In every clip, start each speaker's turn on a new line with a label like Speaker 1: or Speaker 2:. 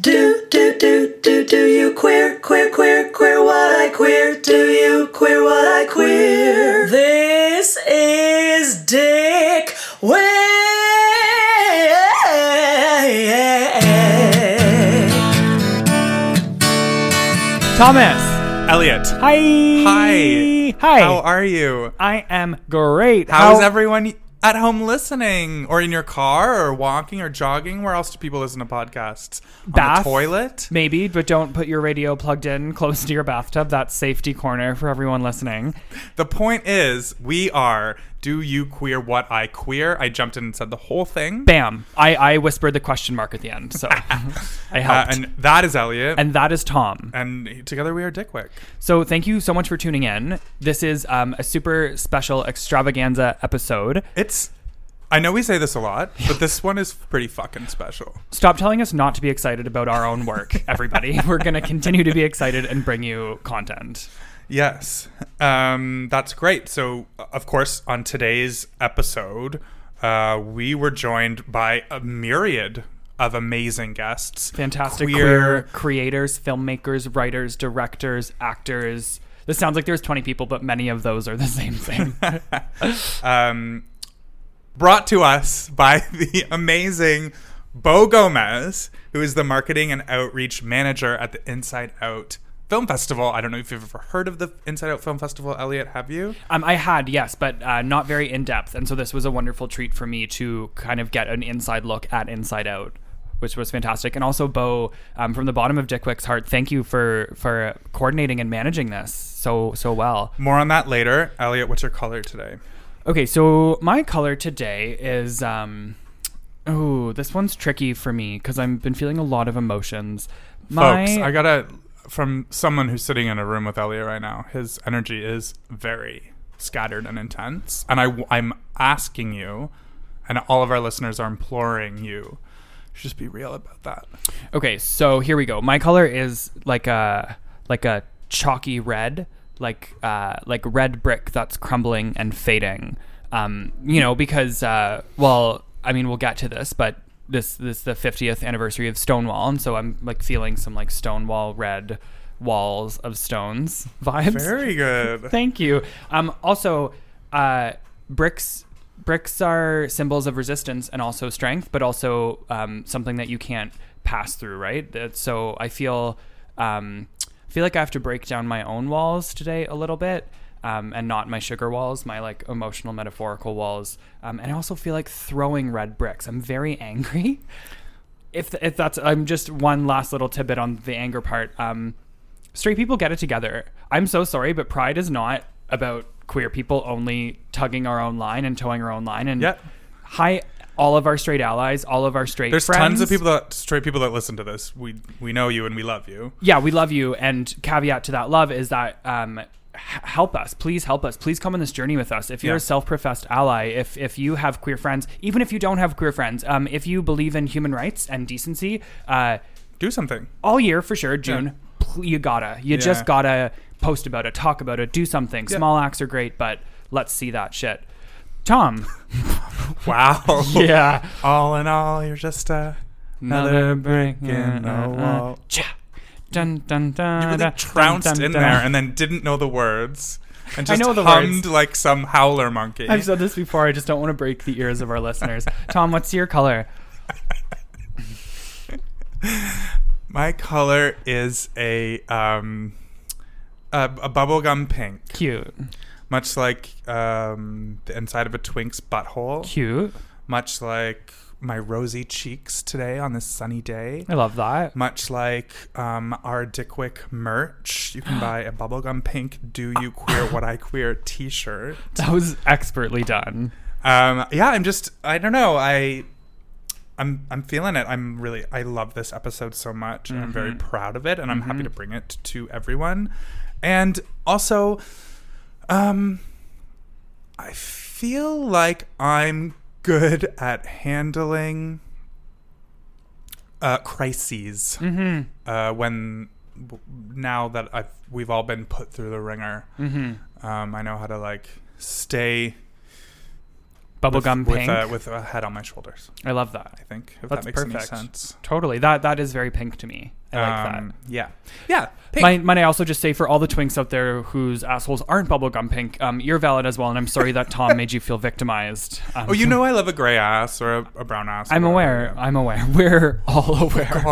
Speaker 1: Do do do do do you queer queer queer queer what I queer do you queer what I queer This is Dick Way
Speaker 2: Thomas.
Speaker 3: Elliot.
Speaker 2: Hi.
Speaker 3: Hi.
Speaker 2: Hi.
Speaker 3: How are you?
Speaker 2: I am great.
Speaker 3: How is everyone at home listening or in your car or walking or jogging? Where else do people listen to podcasts? On
Speaker 2: Bath?
Speaker 3: the toilet?
Speaker 2: Maybe, but don't put your radio plugged in close to your bathtub. That's safety corner for everyone listening.
Speaker 3: The point is, we are Do You Queer What I Queer? I jumped in and said the whole thing.
Speaker 2: Bam. I, I whispered the question mark at the end, so I
Speaker 3: Uh,
Speaker 2: helped. and,
Speaker 3: and that is Elliot. And,
Speaker 2: that is Tom.
Speaker 3: together we are Dickwick.
Speaker 2: So thank you so much for tuning in. This is um, a super special extravaganza episode.
Speaker 3: It's. I know we say this a lot, but this one is pretty fucking special.
Speaker 2: Stop telling us not to be excited about our own work, everybody. We're going to continue to be excited and bring you content.
Speaker 3: Yes, um, that's great. So, uh, of course, on today's episode, uh, we were joined by a myriad of amazing guests.
Speaker 2: fantastic queer, creators, filmmakers, writers, directors, actors. This sounds like there's 20 people, but many of those are the same thing.
Speaker 3: um, brought to us by the amazing Bo Gomez, who is the marketing and outreach manager at the Inside Out Film Festival. I don't know if you've ever heard of the Inside Out Film Festival, Elliot. Have you?
Speaker 2: um, I had, yes, but uh, not very in depth. And so this was a wonderful treat for me to kind of get an inside look at Inside Out. Which was fantastic, and also Bo, um, from the bottom of Dickwick's heart, thank you for for coordinating and managing this so so well.
Speaker 3: More on that later. Elliot, what's your color today?
Speaker 2: Okay, so my color today is um oh, this one's tricky for me cuz I've been feeling a lot of emotions. My
Speaker 3: folks i gotta from someone who's sitting in a room with elliot right now his energy is very scattered and intense and I, i'm asking you and all of our listeners are imploring you to just be real about that
Speaker 2: Okay, so here we go. My color is like a like a chalky red, like uh, like red brick that's crumbling and fading. Um, you know, because uh, well, I mean, we'll get to this, but this this is the 50th anniversary of Stonewall, and so I'm like feeling some like Stonewall red walls of stones vibes.
Speaker 3: very good
Speaker 2: Thank you. Um, also, uh, bricks bricks are symbols of resistance and also strength, but also um, something that you can't pass through, right? That, so I feel um, I feel like I have to break down my own walls today a little bit. Um, and not my sugar walls, my like emotional metaphorical walls, um, and I also feel like throwing red bricks. I'm very angry. If if that's, I'm just one last little tidbit on the anger part. Um, straight people get it together. I'm so sorry, but pride is not about queer people only tugging our own line and towing our own line. And
Speaker 3: Yeah.
Speaker 2: hi, all of our straight allies, all of our straight
Speaker 3: there's
Speaker 2: friends.
Speaker 3: tons of people that straight people that listen to this we we know you and we love you
Speaker 2: Yeah, we love you. And caveat to that love is that um, h- help us, please help us, please come on this journey with us. If you're
Speaker 3: Yeah.
Speaker 2: a self-professed ally, if if you have queer friends, even if you don't have queer friends, um, if you believe in human rights and decency, uh,
Speaker 3: do something
Speaker 2: all year for sure, June. pl- You gotta, you just
Speaker 3: Yeah.
Speaker 2: gotta post about it, talk about it, do something.
Speaker 3: Yeah.
Speaker 2: Small acts are great, but let's see that shit. Tom,
Speaker 3: wow
Speaker 2: yeah,
Speaker 3: all in all you're just a another
Speaker 2: break
Speaker 3: in the wall.
Speaker 2: Dun dun dun.
Speaker 3: You really
Speaker 2: dun,
Speaker 3: trounced
Speaker 2: dun,
Speaker 3: in
Speaker 2: dun.
Speaker 3: there and then didn't know the words and
Speaker 2: I
Speaker 3: just
Speaker 2: know the
Speaker 3: hummed
Speaker 2: words.
Speaker 3: like some howler monkey.
Speaker 2: I've said this before. I just don't want to break the ears of our listeners. Tom, what's your color?
Speaker 3: My color is a um a, a bubblegum pink,
Speaker 2: Cute,
Speaker 3: much like um, the inside of a twink's butthole,
Speaker 2: cute.
Speaker 3: much like my rosy cheeks today on this sunny day.
Speaker 2: I love that.
Speaker 3: Much like um, our Dickwick merch, you can buy a bubblegum pink "Do You Queer What I Queer" T-shirt.
Speaker 2: That was expertly done.
Speaker 3: Um, yeah, I'm just I don't know. I I'm I'm feeling it. I'm really I love this episode so much. and I'm very proud of it and I'm happy to bring it to everyone. And also um I feel like I'm good at handling uh crises.
Speaker 2: Mm-hmm.
Speaker 3: Uh when w- now that I've we've all been put through the ringer.
Speaker 2: Mm-hmm.
Speaker 3: Um, I know how to like stay
Speaker 2: bubblegum
Speaker 3: with,
Speaker 2: pink.
Speaker 3: With, a, with a head on my shoulders,
Speaker 2: I love that.
Speaker 3: I think, if
Speaker 2: That's
Speaker 3: that makes
Speaker 2: perfect.
Speaker 3: any sense.
Speaker 2: Totally. That that is very pink to me. I like that.
Speaker 3: Um, Yeah. Yeah. Pink.
Speaker 2: Might, might I also just say for all the twinks out there whose assholes aren't bubblegum pink, um, you're valid as well, and I'm sorry that Tom made you feel victimized. Um,
Speaker 3: oh, you know I love a gray ass or a, a brown ass. or
Speaker 2: I'm
Speaker 3: whatever,
Speaker 2: aware. I'm aware. We're all aware.
Speaker 3: yeah.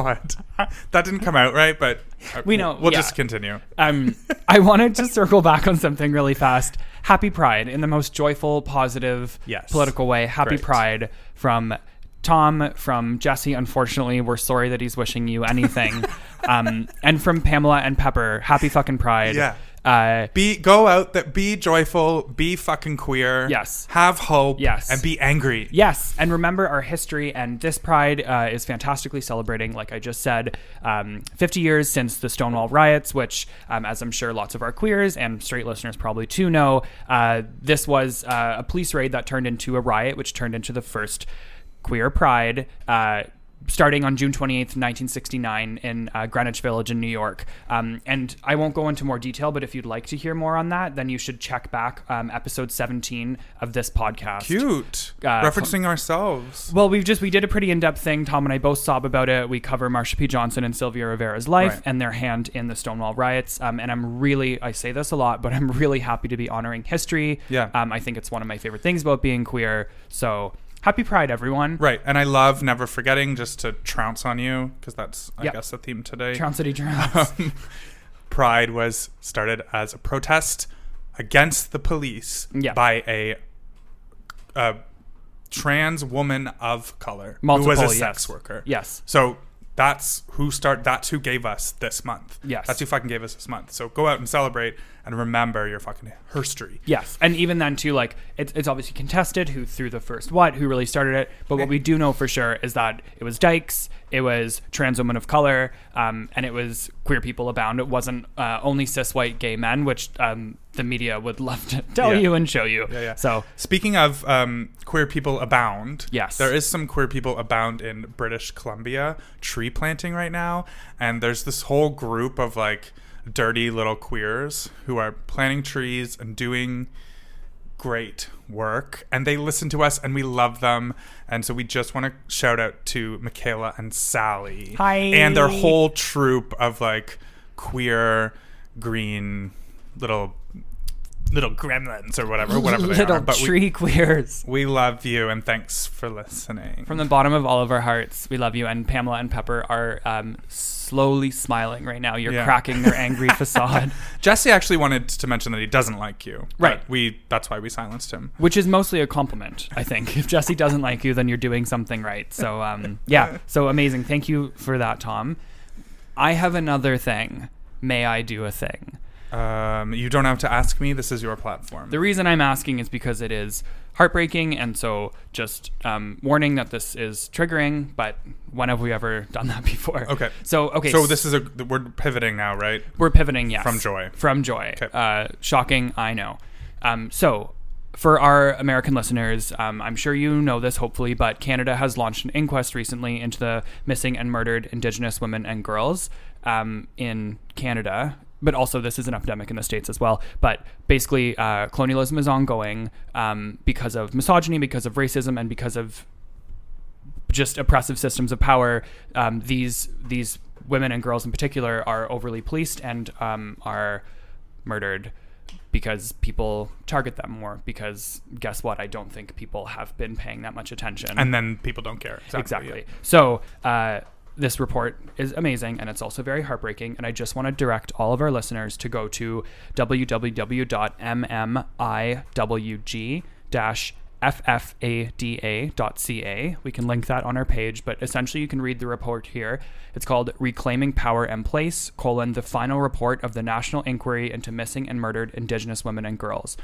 Speaker 3: God. that didn't come out right, but uh,
Speaker 2: We know,
Speaker 3: We'll
Speaker 2: yeah.
Speaker 3: just continue.
Speaker 2: Um, I wanted to circle back on something really fast. Happy Pride in the most joyful, positive,
Speaker 3: Yes.
Speaker 2: political way. Happy
Speaker 3: Great.
Speaker 2: Pride from Tom, from Jesse. Unfortunately, we're sorry that he's wishing you anything. um, and from Pamela and Pepper. Happy fucking Pride.
Speaker 3: Yeah.
Speaker 2: Uh,
Speaker 3: Be go out that be joyful, be fucking queer.
Speaker 2: Yes.
Speaker 3: Have hope.
Speaker 2: Yes.
Speaker 3: And be angry.
Speaker 2: Yes, and remember our history, and this Pride uh, is fantastically celebrating, like I just said, um, 50 years since the Stonewall riots, which, um, as I'm sure lots of our queers and straight listeners probably too know, uh, this was uh, a police raid that turned into a riot, which turned into the first queer Pride. Uh, Starting on June 28th, 1969, in uh, Greenwich Village in New York. Um, and I won't go into more detail, but if you'd like to hear more on that, then you should check back um, episode 17 of this podcast.
Speaker 3: Cute.
Speaker 2: Uh,
Speaker 3: Referencing ourselves.
Speaker 2: Well, we've just we did a pretty in-depth thing. Tom and I both sob about it. We cover Marsha P. Johnson and Sylvia Rivera's life
Speaker 3: Right.
Speaker 2: and their hand in the Stonewall riots. Um, and I'm really I say this a lot, but I'm really happy to be honoring history.
Speaker 3: Yeah.
Speaker 2: Um, I think it's one of my favorite things about being queer. So happy Pride, everyone.
Speaker 3: Right. And I love never forgetting just to trounce on you because that's, I
Speaker 2: Yep.
Speaker 3: guess, the theme today.
Speaker 2: Drown City Drowns.
Speaker 3: Pride was started as a protest against the police
Speaker 2: Yeah.
Speaker 3: by a, a trans woman of color
Speaker 2: Multiple,
Speaker 3: who was a
Speaker 2: yes.
Speaker 3: sex worker.
Speaker 2: yes.
Speaker 3: So that's who start. That's who gave us this month.
Speaker 2: Yes.
Speaker 3: That's who fucking gave us this month. So go out and celebrate and remember your fucking history.
Speaker 2: Yes, and even then too, like it's, it's obviously contested who threw the first what, who really started it. But what we do know for sure is that it was Dykes, it was trans women of color, um, and it was queer people abound. It wasn't uh, only cis white gay men, which um, the media would love to tell
Speaker 3: Yeah.
Speaker 2: you and show you.
Speaker 3: Yeah, yeah.
Speaker 2: So
Speaker 3: Speaking of um, queer people abound,
Speaker 2: Yes.
Speaker 3: there is some queer people abound in British Columbia tree planting right now, and there's this whole group of like dirty little queers who are planting trees and doing great work, and they listen to us, and we love them, and so we just want to shout out to Michaela and Sally,
Speaker 2: Hi.
Speaker 3: and their whole troop of like queer green little little gremlins or whatever, whatever they
Speaker 2: little
Speaker 3: are. um, But
Speaker 2: tree queers.
Speaker 3: we, we love you and thanks for listening.
Speaker 2: From the bottom of all of our hearts, we love you. And Pamela and Pepper are um, slowly smiling right now. You're
Speaker 3: Yeah.
Speaker 2: cracking their angry facade.
Speaker 3: Jesse actually wanted to mention that he doesn't like you.
Speaker 2: Right.
Speaker 3: but We that's why we silenced him.
Speaker 2: which is mostly a compliment i think if jesse doesn't like you then you're doing something right so um, yeah so amazing thank you for that tom i have another thing may i do a thing
Speaker 3: Um, you don't have to ask me. This is your platform.
Speaker 2: the reason i'm asking is because it is heartbreaking and so just um, warning that this is triggering but when have we ever done that before
Speaker 3: Okay.
Speaker 2: so okay
Speaker 3: so this is a we're pivoting now, right?
Speaker 2: We're pivoting, yes.
Speaker 3: From joy.
Speaker 2: From joy.
Speaker 3: 'Kay.
Speaker 2: Uh, shocking, I know. Um, so, for our American listeners, um, I'm sure you know this, hopefully, but Canada has launched an inquest recently into the missing and murdered Indigenous women and girls um, in Canada. But also, this is an epidemic in the States as well. But basically, uh, colonialism is ongoing um, because of misogyny, because of racism, and because of just oppressive systems of power. Um, these these women and girls in particular are overly policed and um, are murdered because people target them more. Because guess what? I don't think people have been paying that much attention.
Speaker 3: And then people don't care.
Speaker 2: exactly. So. Uh, this report is amazing and it's also very heartbreaking. And I just want to direct all of our listeners to go to www.mmiwg ffada.ca. We can link that on our page, but essentially you can read the report here. It's called Reclaiming Power and Place, colon, the final report of the National Inquiry into Missing and Murdered Indigenous Women and Girls.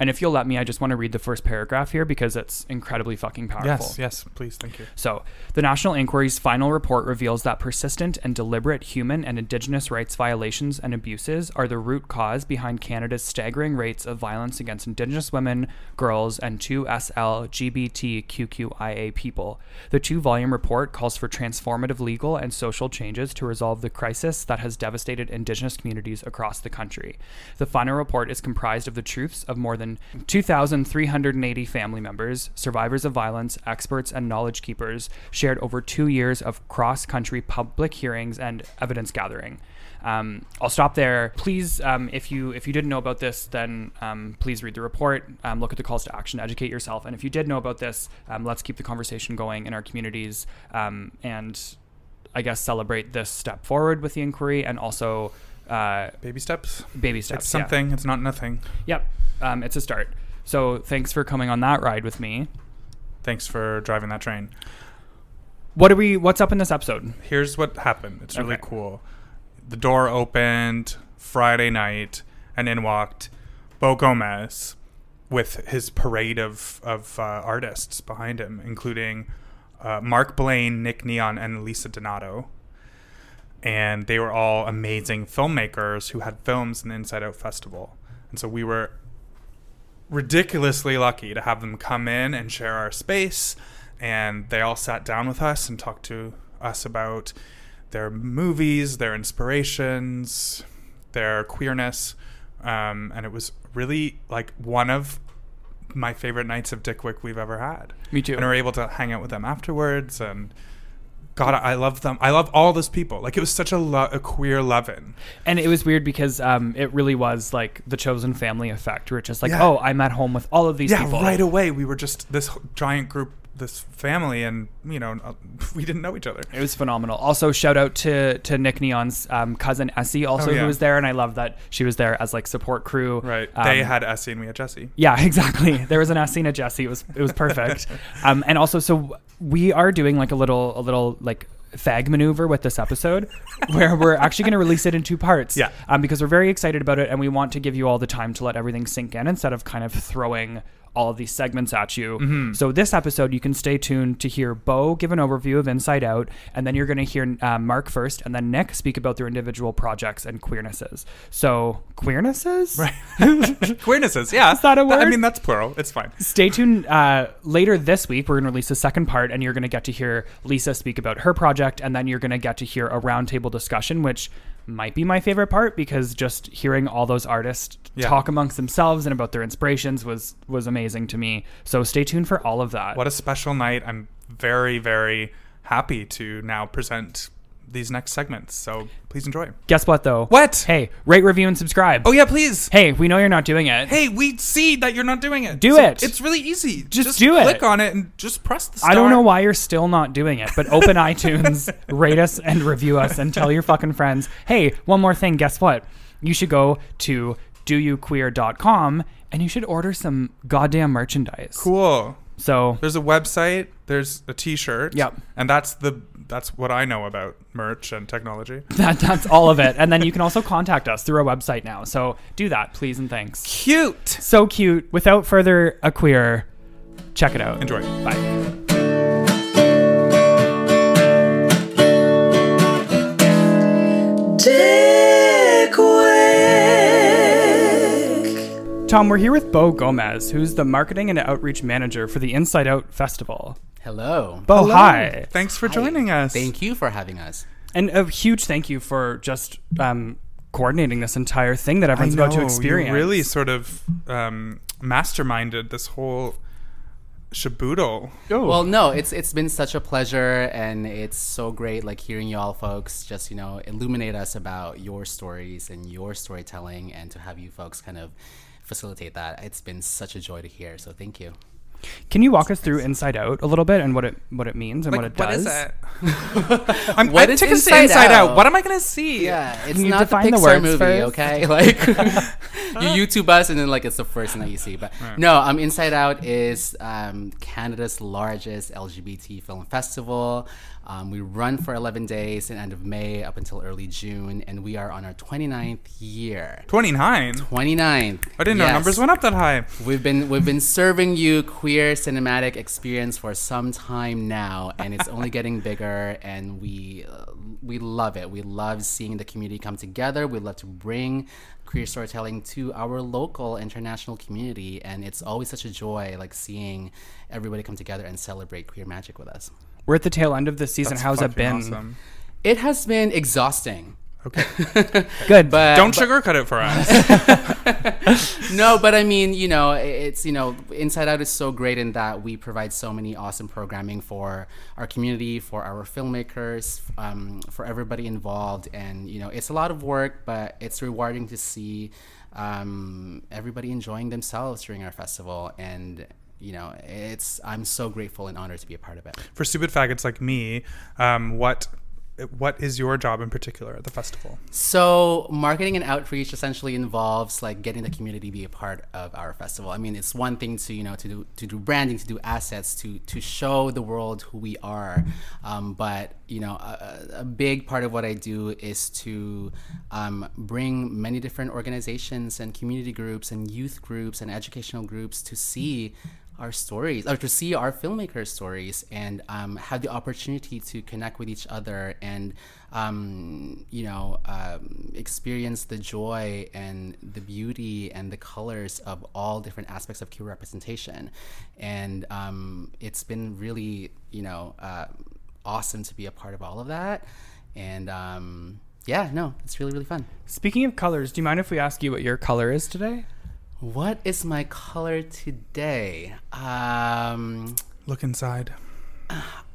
Speaker 2: And if you'll let me, I just want to read the first paragraph here because it's incredibly fucking powerful.
Speaker 3: Yes. Yes. Please. Thank you.
Speaker 2: So, the National Inquiry's final report reveals that persistent and deliberate human and Indigenous rights violations and abuses are the root cause behind Canada's staggering rates of violence against Indigenous women, girls, and two SL LGBTQIA people. The two volume report calls for transformative legal and social changes to resolve the crisis that has devastated Indigenous communities across the country. The final report is comprised of the truths of more than 2,380 family members, survivors of violence, experts, and knowledge keepers, shared over two years of cross country public hearings and evidence gathering. Um, I'll stop there. Please, um, if you if you didn't know about this, then um, please read the report, um, look at the calls to action, educate yourself, and if you did know about this, um, let's keep the conversation going in our communities, um, and I guess celebrate this step forward with the inquiry and also uh,
Speaker 3: Baby steps.
Speaker 2: baby steps.
Speaker 3: It's
Speaker 2: yeah.
Speaker 3: something. It's not nothing.
Speaker 2: Yep, um, it's a start. So thanks for coming on that ride with me.
Speaker 3: Thanks for driving that train.
Speaker 2: What are we? What's up in this episode?
Speaker 3: Here's what happened. It's really
Speaker 2: Okay.
Speaker 3: cool. The door opened Friday night, and in walked Bo Gomez with his parade of of uh, artists behind him, including uh, Mark Blaine, Nick Neon, and Lisa Donato. And they were all amazing filmmakers who had films in the Inside Out Festival. And so we were ridiculously lucky to have them come in and share our space. And they all sat down with us and talked to us about their movies, their inspirations, their queerness. Um, and it was really like one of my favorite nights of Dick Wick we've ever had.
Speaker 2: Me too.
Speaker 3: And we were able to hang out with them afterwards. And God, I I love them. I love all those people. Like it was such a, lo- a queer lovin'.
Speaker 2: And it was weird because um, it really was like the chosen family effect, where it's just like,
Speaker 3: Yeah.
Speaker 2: oh, I'm at home with all of these
Speaker 3: yeah,
Speaker 2: people.
Speaker 3: right away we were just this h- giant group, this family, and you know uh, we didn't know each other.
Speaker 2: It was phenomenal. Also, shout out to to Nick Neon's um, cousin Essie, also
Speaker 3: Oh, yeah.
Speaker 2: who was there, and I love that she was there as like support crew. Um,
Speaker 3: they had Essie and we had Jesse.
Speaker 2: Yeah, exactly. There was an Asina Jesse. It was it was perfect. um, and also, so we are doing like a little a little like fag maneuver with this episode, where we're actually going to release it in two parts.
Speaker 3: Yeah.
Speaker 2: Um, because we're very excited about it, and we want to give you all the time to let everything sink in instead of kind of throwing all of these segments at you. So this episode, you can stay tuned to hear Bo give an overview of Inside Out, and then you're going to hear uh, Mark first, and then Nick speak about their individual projects and queernesses. So queernesses, right?
Speaker 3: Queernesses, yeah. Is
Speaker 2: that a
Speaker 3: I
Speaker 2: word?
Speaker 3: mean, that's plural. It's fine.
Speaker 2: Stay tuned. Uh, later this week, we're going to release the second part, and you're going to get to hear Lisa speak about her project, and then you're going to get to hear a roundtable discussion, which might be my favorite part because just hearing all those artists
Speaker 3: Yeah.
Speaker 2: talk amongst themselves and about their inspirations was was amazing to me. So stay tuned for all of that.
Speaker 3: What a special night. I'm very, very happy to now present these next segments. So please enjoy.
Speaker 2: Guess what though?
Speaker 3: What?
Speaker 2: Hey, rate, review, and subscribe.
Speaker 3: Oh yeah, please.
Speaker 2: Hey, we know you're not doing it.
Speaker 3: Hey, we see that you're not doing it.
Speaker 2: Do
Speaker 3: So
Speaker 2: it.
Speaker 3: It's really easy.
Speaker 2: Just do it.
Speaker 3: Click on it and just press the. Star.
Speaker 2: I don't know why you're still not doing it, but open iTunes, rate us, and review us, and tell your fucking friends. Hey, one more thing. Guess what? You should go to doyouqueer.com and you should order some goddamn merchandise.
Speaker 3: Cool.
Speaker 2: So
Speaker 3: There's a website. There's a T-shirt.
Speaker 2: Yep.
Speaker 3: And that's the that's what I know about merch and technology.
Speaker 2: that, that's all of it. And then you can also contact us through our website now. So do that, please, and thanks.
Speaker 3: Cute.
Speaker 2: So cute. Without further a queer, check it out.
Speaker 3: Enjoy.
Speaker 2: Bye.
Speaker 1: Dick Wick.
Speaker 2: Tom, we're here with Bo Gomez, who's the marketing and outreach manager for the Inside Out Festival.
Speaker 4: Hello.
Speaker 2: Bo, hi.
Speaker 3: Thanks for joining us.
Speaker 4: Thank you for having us.
Speaker 2: And a huge thank you for just um, coordinating this entire thing that
Speaker 3: I
Speaker 2: everyone's
Speaker 3: know
Speaker 2: about to experience.
Speaker 3: you really sort of um, masterminded this whole shaboodle.
Speaker 4: Well, no, it's it's been such a pleasure and it's so great like hearing you all folks just, you know, illuminate us about your stories and your storytelling and to have you folks kind of facilitate that. It's been such a joy to hear. So thank you.
Speaker 2: Can you walk us through Inside Out a little bit and what it what it means and what it
Speaker 3: Like, what
Speaker 2: does?
Speaker 3: is it? I'm,
Speaker 4: What
Speaker 3: I'm
Speaker 4: is
Speaker 3: tickets to
Speaker 4: Inside
Speaker 3: inside out.
Speaker 4: Out?
Speaker 3: What am I gonna see?
Speaker 4: Yeah, it's
Speaker 2: you
Speaker 4: not the
Speaker 2: define the
Speaker 4: Pixar
Speaker 2: words
Speaker 4: movie,
Speaker 2: first?
Speaker 4: okay? Like you YouTube us, and then like it's the first thing that you see. But no, um, Inside Out is um, Canada's largest LGBT film festival. Um, we run for 11 days in end of May up until early June, and we are on our 29th year.
Speaker 3: 29.
Speaker 4: 29th.
Speaker 3: I didn't know
Speaker 4: Yes.
Speaker 3: numbers went up that high.
Speaker 4: We've been we've been serving you queer cinematic experience for some time now, and it's only getting bigger. And we uh, we love it. We love seeing the community come together. We love to bring queer storytelling to our local international community, and it's always such a joy, like seeing everybody come together and celebrate queer magic with us.
Speaker 2: We're at the tail end of this season.
Speaker 3: That's
Speaker 2: How's it
Speaker 3: fucking
Speaker 2: been?
Speaker 3: awesome.
Speaker 4: It has been exhausting.
Speaker 3: Okay.
Speaker 2: Good.
Speaker 4: But
Speaker 3: Don't sugarcoat it for us.
Speaker 4: no, but I mean, you know, it's you know, Inside Out is so great in that we provide so many awesome programming for our community, for our filmmakers, um, for everybody involved, and you know, it's a lot of work, but it's rewarding to see um, everybody enjoying themselves during our festival and. You know, it's I'm so grateful and honored to be a part of it.
Speaker 3: for stupid faggots like me, um, what what is your job in particular at the festival?
Speaker 4: So marketing and outreach essentially involves like getting the community to be a part of our festival. I mean, it's one thing to you know to do to do branding, to do assets, to to show the world who we are. Um, but you know, a, a a big part of what I do is to um, bring many different organizations and community groups and youth groups and educational groups to see our stories or to see our filmmakers stories and um, have the opportunity to connect with each other and um, you know um, experience the joy and the beauty and the colors of all different aspects of queer representation and um, it's been really you know uh, awesome to be a part of all of that and um, yeah no it's really really fun
Speaker 2: Speaking of colors, do you mind if we ask you what your color is today?
Speaker 4: what is my color today um,
Speaker 3: Look inside.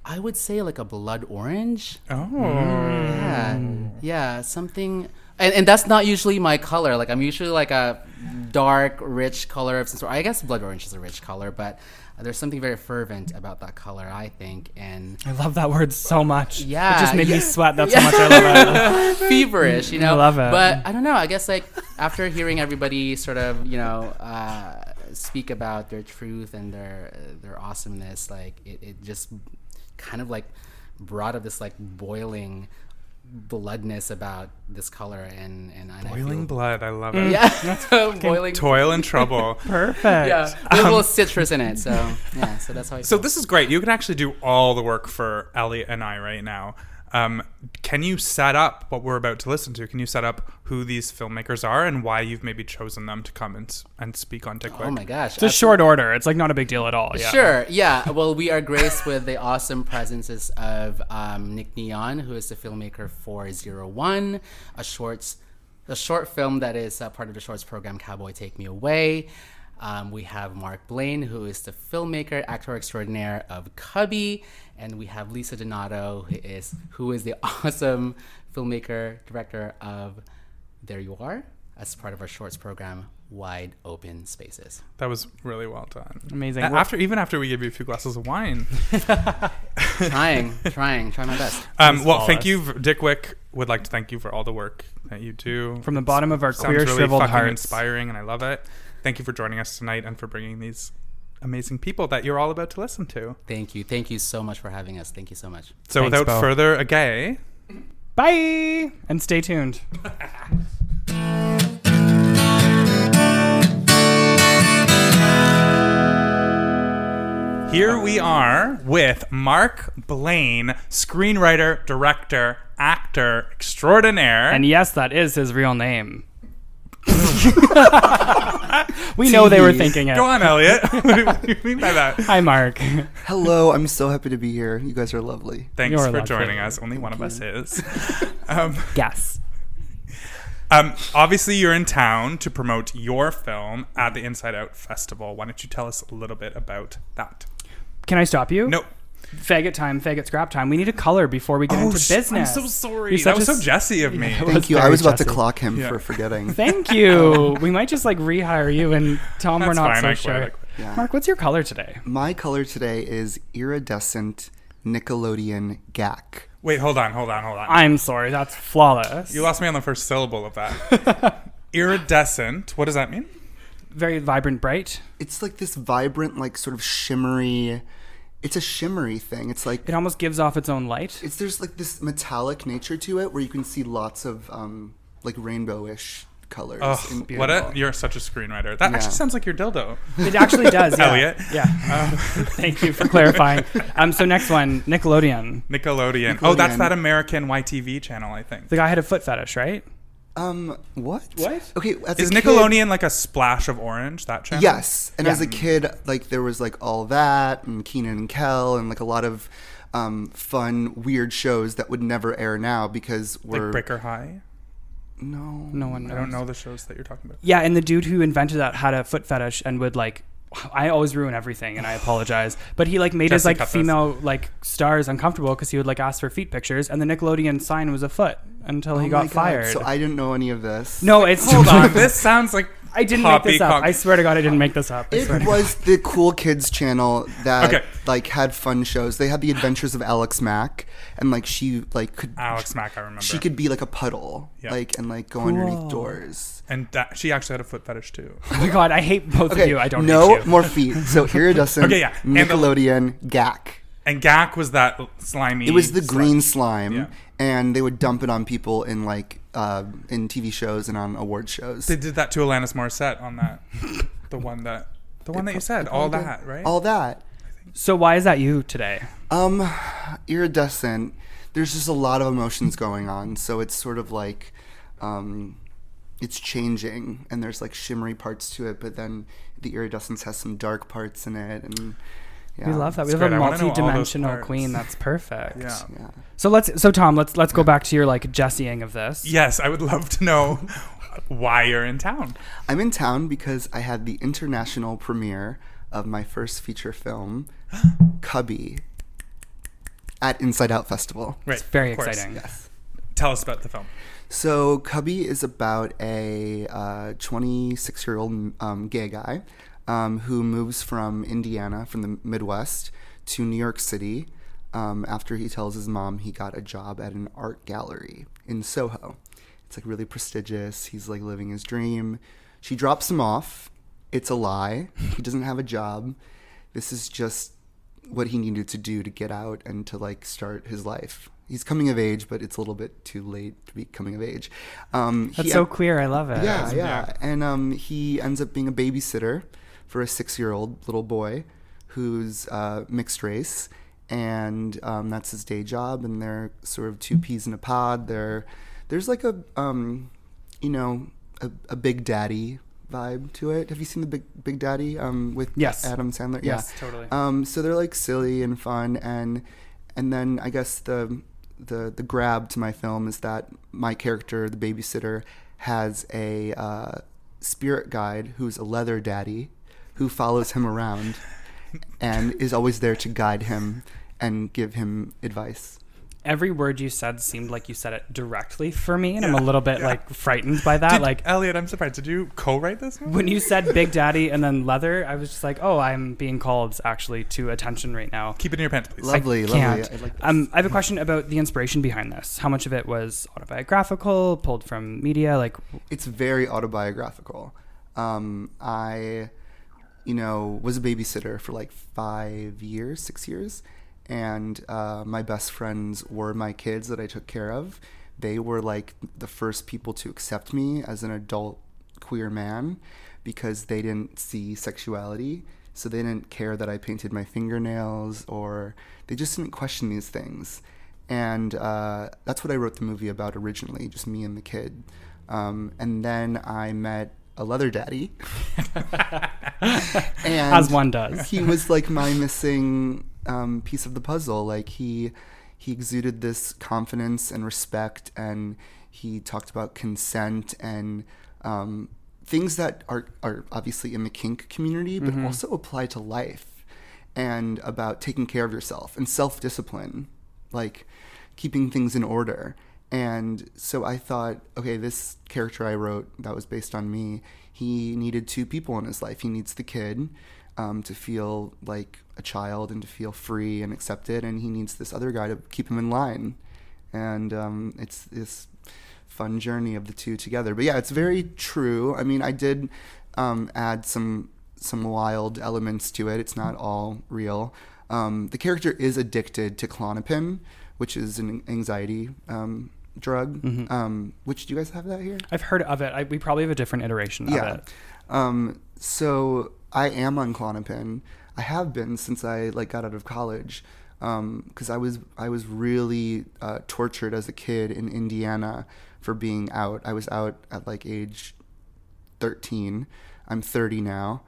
Speaker 4: I would say like a blood orange.
Speaker 3: Oh,
Speaker 4: Yeah. Yeah, something and, and that's not usually my color. Like I'm usually like a dark, rich color of some sort. I guess blood orange is a rich color, but there's something very fervent about that color, I think. And
Speaker 2: I love that word so much.
Speaker 4: Yeah,
Speaker 2: It just made
Speaker 4: yeah.
Speaker 2: me sweat. That's how much I love it.
Speaker 4: feverish, you know.
Speaker 2: love it.
Speaker 4: But I don't know. I guess like after hearing everybody sort of, you know, uh, speak about their truth and their their awesomeness, like it, it just kind of like brought up this like boiling bloodness about this color and and I- I
Speaker 3: boiling
Speaker 4: feel,
Speaker 3: blood. I love it.
Speaker 4: yeah boiling
Speaker 3: Toil and trouble.
Speaker 2: Perfect.
Speaker 4: yeah with a little citrus in it so yeah so that's how I
Speaker 3: Um, So
Speaker 4: feel.
Speaker 3: this is great. You can actually do all the work for Ellie and I right now. Um, can you set up what we're about to listen to? Can you set up who these filmmakers are and why you've maybe chosen them to come and, s- and speak on TikTok?
Speaker 4: oh my gosh
Speaker 2: It's a short order. It's like not a big deal at all. Yeah.
Speaker 4: Sure. Yeah. Well, we are graced with the awesome presences of um, Nick Neon, who is the filmmaker for Zero One, a shorts, a short film that is uh, part of the shorts program Cowboy Take Me Away. Um, we have Mark Blaine, who is the filmmaker, actor extraordinaire of Cubby, and we have Lisa Donato, who is who is the awesome filmmaker, director of There You Are, as part of our shorts program, Wide Open Spaces.
Speaker 3: That was really well done.
Speaker 2: Amazing.
Speaker 3: A-
Speaker 2: Well-
Speaker 3: After even after we gave you a few glasses of wine.
Speaker 4: trying, trying, trying my best.
Speaker 3: Um, well,
Speaker 2: follow
Speaker 3: thank
Speaker 2: us.
Speaker 3: you, v- Dick Wick. Would like to thank you for all the work that you do.
Speaker 2: From the bottom of our
Speaker 3: Sounds
Speaker 2: queer
Speaker 3: really
Speaker 2: shriveled
Speaker 3: fucking
Speaker 2: hearts.
Speaker 3: inspiring, and I love it. Thank you for joining us tonight and for bringing these amazing people that you're all about to listen to.
Speaker 4: Thank you. Thank you so much for having us. Thank you so much.
Speaker 3: So,
Speaker 2: Thanks,
Speaker 3: without
Speaker 2: Bo.
Speaker 3: further ado,
Speaker 2: Bye. And stay tuned.
Speaker 3: Here we are with Mark Blaine, screenwriter, director, actor extraordinaire.
Speaker 2: And yes, that is his real name. we know they were
Speaker 5: Jeez.
Speaker 2: thinking it.
Speaker 3: Go on, Elliot. what do you mean by that?
Speaker 2: Hi, Mark.
Speaker 5: Hello, I'm so happy to be here. You guys are lovely.
Speaker 3: Thanks
Speaker 2: You're
Speaker 3: for
Speaker 2: allowed to.
Speaker 3: joining us. Only one of us is. um,
Speaker 2: Yes.
Speaker 3: um, obviously, you're in town to promote your film at the Inside Out Festival. Why don't you tell us a little bit about that?
Speaker 2: Can I stop you?
Speaker 3: No,
Speaker 2: Faggot time, faggot scrap time. We need a color before we get into
Speaker 3: Oh, sh-
Speaker 2: business.
Speaker 3: I'm so sorry.
Speaker 2: You're such
Speaker 3: that was
Speaker 2: a
Speaker 3: so
Speaker 2: s-
Speaker 3: Jesse of me.
Speaker 2: Yeah.
Speaker 5: Thank you. I
Speaker 2: very
Speaker 5: was about
Speaker 2: Jesse.
Speaker 5: to clock him
Speaker 3: Yeah.
Speaker 5: for forgetting.
Speaker 2: Thank you. we might just like rehire you and tell him we're not
Speaker 3: That's fine,
Speaker 2: so
Speaker 3: I quit, I
Speaker 2: sure.
Speaker 3: quit.
Speaker 5: Yeah.
Speaker 2: Mark, what's your color today?
Speaker 5: My color today is iridescent Nickelodeon gack.
Speaker 3: Wait, hold on, hold on, hold on.
Speaker 2: I'm sorry, that's flawless.
Speaker 3: you lost me on the first syllable of that. Iridescent. What does that mean?
Speaker 2: Very vibrant, bright.
Speaker 5: It's like this vibrant, like sort of shimmery. it's a shimmery thing. It's like
Speaker 2: It almost gives off its own light.
Speaker 5: it's there's like this metallic nature to it where you can see lots of um like rainbowish colors.
Speaker 3: Oh,
Speaker 5: and-
Speaker 3: what a you're such a screenwriter. That
Speaker 5: Yeah.
Speaker 3: actually sounds like your dildo.
Speaker 2: It actually does. Yeah.
Speaker 3: Elliot. Uh,
Speaker 2: Yeah. Thank you for clarifying. Um, so next one, Nickelodeon.
Speaker 3: Nickelodeon. Oh, that's
Speaker 5: Nickelodeon.
Speaker 3: that American YTV channel, I think.
Speaker 2: The guy had a foot fetish, right?
Speaker 5: um what?
Speaker 2: What?
Speaker 5: Okay, as
Speaker 3: Is
Speaker 5: a kid-
Speaker 3: Nickelodeon like a splash of orange? That channel.
Speaker 5: Yes, and
Speaker 2: Yeah.
Speaker 5: as a kid, like there was like all that and Keenan and Kel and like a lot of um, fun, weird shows that would never air now because
Speaker 3: Like
Speaker 5: we're
Speaker 3: Breaker High.
Speaker 5: no, Oh
Speaker 2: No one
Speaker 3: I
Speaker 2: knows.
Speaker 3: don't know the shows that you're talking about.
Speaker 2: Yeah, and the dude who invented that had a foot fetish and would like I always ruin everything and I apologize. But he like made his
Speaker 3: Jesse
Speaker 2: like
Speaker 3: cut this.
Speaker 2: female like stars uncomfortable because he would like ask for feet pictures and the Nickelodeon sign was a foot until he
Speaker 5: Oh my
Speaker 2: got
Speaker 5: God,
Speaker 2: fired.
Speaker 5: So I didn't know any of this.
Speaker 2: no, it's
Speaker 3: Hold on. this sounds like
Speaker 2: I didn't make this up.
Speaker 3: poppycock.
Speaker 2: I swear to God, I didn't make this up. I swear to
Speaker 5: It was the cool kids channel that
Speaker 3: Okay.
Speaker 5: like had fun shows. They had the Adventures of Alex Mack, and like she like could
Speaker 3: Alex Mack, I remember.
Speaker 5: she could be like a puddle,
Speaker 3: Yeah.
Speaker 5: like and like go
Speaker 2: Cool.
Speaker 5: underneath doors.
Speaker 3: and that, she actually had a foot fetish too.
Speaker 2: Oh my god, I hate both of
Speaker 5: Okay,
Speaker 2: you. I don't
Speaker 5: no
Speaker 2: hate you.
Speaker 5: more feet. So iridescent,
Speaker 3: Okay, yeah, and the-
Speaker 5: Nickelodeon, GAC.
Speaker 3: And Gak was that slimy.
Speaker 5: It was the
Speaker 3: slut.
Speaker 5: green slime,
Speaker 3: Yeah.
Speaker 5: and they would dump it on people in like uh, in TV shows and on award shows.
Speaker 3: They did that to Alanis Morissette on that. the one that. The one that you said. All that, right?
Speaker 5: All that.
Speaker 2: So why is that you today?
Speaker 5: Um, iridescent. There's just a lot of emotions going on, so it's sort of like, um, it's changing, and there's like shimmery parts to it, but then the iridescence has some dark parts in it, and yeah.
Speaker 2: We love that. We
Speaker 3: That's
Speaker 2: have a
Speaker 3: great. I wanna know all those
Speaker 2: multi-dimensional
Speaker 3: parts.
Speaker 2: queen. That's perfect.
Speaker 3: yeah.
Speaker 5: Yeah.
Speaker 2: So let's. So Tom, let's let's go back to your like Jesseing of this.
Speaker 3: Yes, I would love to know why you're in town.
Speaker 5: I'm in town because I had the international premiere of my first feature film, Cubby, at Inside Out Festival.
Speaker 3: Right.
Speaker 2: It's very
Speaker 3: of course.
Speaker 2: exciting.
Speaker 5: Yes.
Speaker 3: Tell us about the film.
Speaker 5: So Cubby is about a 26 year old um, gay guy um, who moves from Indiana, from the Midwest, to New York City um, after he tells his mom he got a job at an art gallery in Soho. It's like really prestigious. He's like living his dream. She drops him off. It's a lie. He doesn't have a job. This is just what he needed to do to get out and to like start his life. He's coming of age, but it's a little bit too late to be coming of age. Um,
Speaker 2: That's
Speaker 5: he-
Speaker 2: so queer. I love it.
Speaker 5: yeah, yeah. And um, he ends up being a babysitter for a six-year-old little boy who's uh, mixed race, and um, that's his day job. And they're sort of two peas in a pod. They're there's like a um, you know a, a Big Daddy vibe to it. Have you seen the Big Big Daddy um, with
Speaker 2: Yes.
Speaker 5: Adam Sandler?
Speaker 2: Yes, totally.
Speaker 5: Um, so they're like silly and fun, and and then I guess the the the grab to my film is that my character, the babysitter, has a uh, spirit guide who's a leather daddy, who follows him around, and is always there to guide him and give him advice.
Speaker 2: Every word you said seemed like you said it directly for me, and I'm a little bit like frightened by that.
Speaker 3: Did,
Speaker 2: like
Speaker 5: uh,
Speaker 3: Elliot, I'm surprised. Did you co-write this? Movie?
Speaker 2: when you said Big Daddy and then leather, I was just like, oh, I'm being called actually to attention right now.
Speaker 3: Keep it in your pants, please.
Speaker 5: Lovely, lovely.
Speaker 2: Can't.
Speaker 5: I like this.
Speaker 2: um, I have a question about the inspiration behind this. How much of it was autobiographical, pulled from media? Like,
Speaker 5: it's very autobiographical. Um, I, you know, was a babysitter for like five years, six years, and uh, my best friends were my kids that I took care of. They were like the first people to accept me as an adult queer man because they didn't see sexuality. So they didn't care that I painted my fingernails or they just didn't question these things. And uh, that's what I wrote the movie about originally, just me and the kid. Um, and then I met a leather daddy. and
Speaker 2: as one does.
Speaker 5: he was like my missing um, piece of the puzzle. Like he he exuded this confidence and respect, and he talked about consent and um, things that are are obviously in the kink community, but
Speaker 2: Mm-hmm.
Speaker 5: also apply to life and about taking care of yourself and self discipline, like keeping things in order. And so I thought, okay, this character I wrote that was based on me, he needed two people in his life. He needs the kid um, to feel like a child and to feel free and accepted, and he needs this other guy to keep him in line. And um, it's this fun journey of the two together. But yeah, it's very true. I mean, I did um, add some some wild elements to it. It's not all real. Um, the character is addicted to clonopin, which is an anxiety um, drug. Um, which do you guys have that here?
Speaker 2: I've heard of it. I, we probably have a different iteration
Speaker 5: yeah.
Speaker 2: of it.
Speaker 5: Um, so I am on Clonopin. I have been since I like got out of college because I was I was really uh, tortured as a kid in Indiana for being out. I was out at like age 13. I'm 30 now.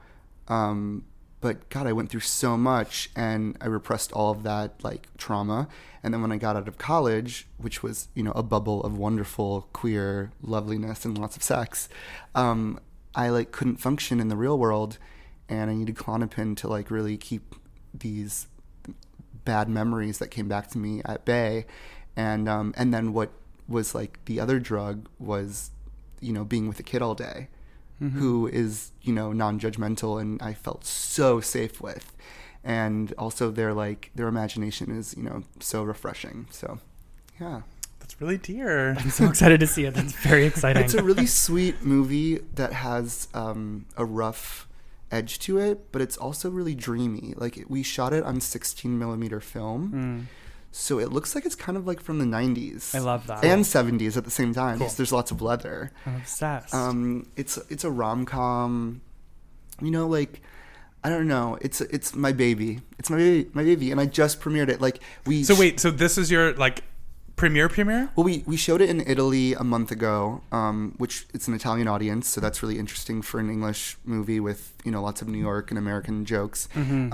Speaker 5: Um, but God, I went through so much and I repressed all of that like trauma. And then when I got out of college, which was, you know, a bubble of wonderful queer loveliness and lots of sex, um, I like couldn't function in the real world and I needed Clonopin to like really keep these bad memories that came back to me at bay and um and then what was like the other drug was you know being with a kid all day
Speaker 2: Mm-hmm.
Speaker 5: who is you know non-judgmental and i felt so safe with and also their like their imagination is you know so refreshing so yeah
Speaker 3: That's really dear.
Speaker 2: I'm so excited to see it. That's very exciting.
Speaker 5: it's a really sweet movie that has um, a rough edge to it, but it's also really dreamy. Like it- we shot it on 16 millimeter film, so it looks like it's kind of like from the 90s.
Speaker 2: Mm. I love that.
Speaker 5: And 70s at the same time. 'cause There's lots of leather.
Speaker 2: I'm obsessed.
Speaker 5: Um, it's it's a rom com. You know, like I don't know. It's it's my baby. It's my baby, my baby, and I just premiered it. Like we.
Speaker 3: So
Speaker 5: sh-
Speaker 3: wait, so this is your like premiere premiere?
Speaker 5: Well, we, we showed it in Italy a month ago, um, which it's an Italian audience, so that's really interesting for an English movie with you know lots of New York and American jokes.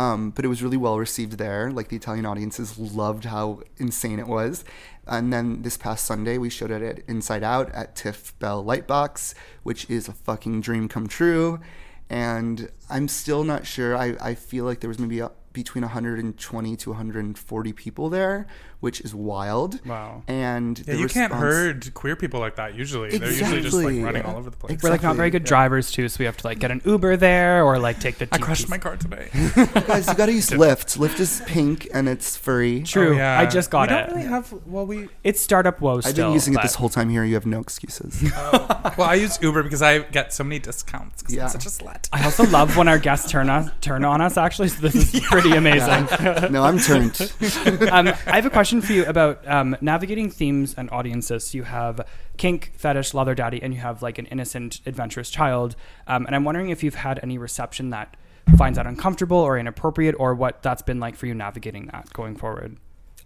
Speaker 5: Um, but it was really well received there. Like the Italian audiences loved how insane it was. And then this past Sunday, we showed it at Inside Out at Tiff Bell Lightbox, which is a fucking dream come true. And I'm still not sure. I, I feel like there was maybe a, between 120 to 140 people there, which is wild
Speaker 2: Wow.
Speaker 5: and
Speaker 3: Yeah,
Speaker 5: the
Speaker 3: you can't
Speaker 5: response-
Speaker 3: herd queer people like that usually. They're usually just like
Speaker 5: Exactly.
Speaker 3: running all over the place.
Speaker 2: We're like not very
Speaker 5: Exactly,
Speaker 2: good
Speaker 5: yeah.
Speaker 2: drivers too, so we have to like get an Uber there or like take the.
Speaker 3: I crashed
Speaker 2: TTC.
Speaker 3: my car today.
Speaker 5: Guys, you gotta use Lyft. Lyft is pink and it's furry.
Speaker 2: True.
Speaker 3: Oh, yeah.
Speaker 2: I just got
Speaker 3: we
Speaker 2: it.
Speaker 3: don't really have. Well, we.
Speaker 2: it's startup woe still.
Speaker 5: I've been using
Speaker 2: but-
Speaker 5: it this whole time here. You have no excuses.
Speaker 3: oh. Well, I use Uber because I get so many discounts. 'cause
Speaker 5: Yeah.
Speaker 3: I'm such a slut.
Speaker 2: I also love when our guests turn on turn on us. Actually, so this is pretty amazing.
Speaker 5: no, I'm turned.
Speaker 2: um, I have a question for you about um, navigating themes and audiences. You have kink, fetish, leather daddy, and you have like an innocent, adventurous child. Um, and I'm wondering if you've had any reception that finds that uncomfortable or inappropriate, or what that's been like for you navigating that going forward.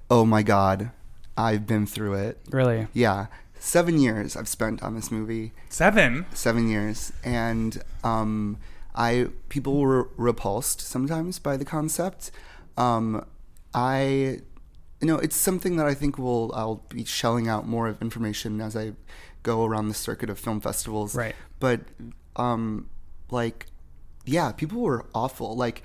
Speaker 5: Oh my god, I've been through it.
Speaker 2: Really,
Speaker 5: Yeah, seven years I've spent on this movie.
Speaker 3: Seven.
Speaker 5: Seven years, and um, I people were repulsed sometimes by the concept. Um, I, you know, it's something that I think will I'll be shelling out more of information as I go around the circuit of film festivals.
Speaker 2: Right.
Speaker 5: but um like yeah people were awful like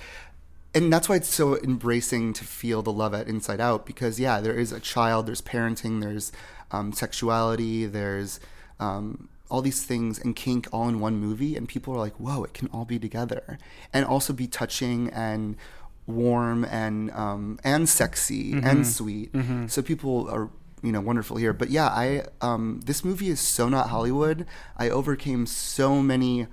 Speaker 5: and that's why it's so embracing to feel the love at inside out because yeah there is a child there's parenting there's um, sexuality there's um, all these things and kink all in one movie and people are like whoa it can all be together and also be touching and warm and um, and sexy and sweet so people are you know wonderful here but yeah i um this movie is so not hollywood i overcame so many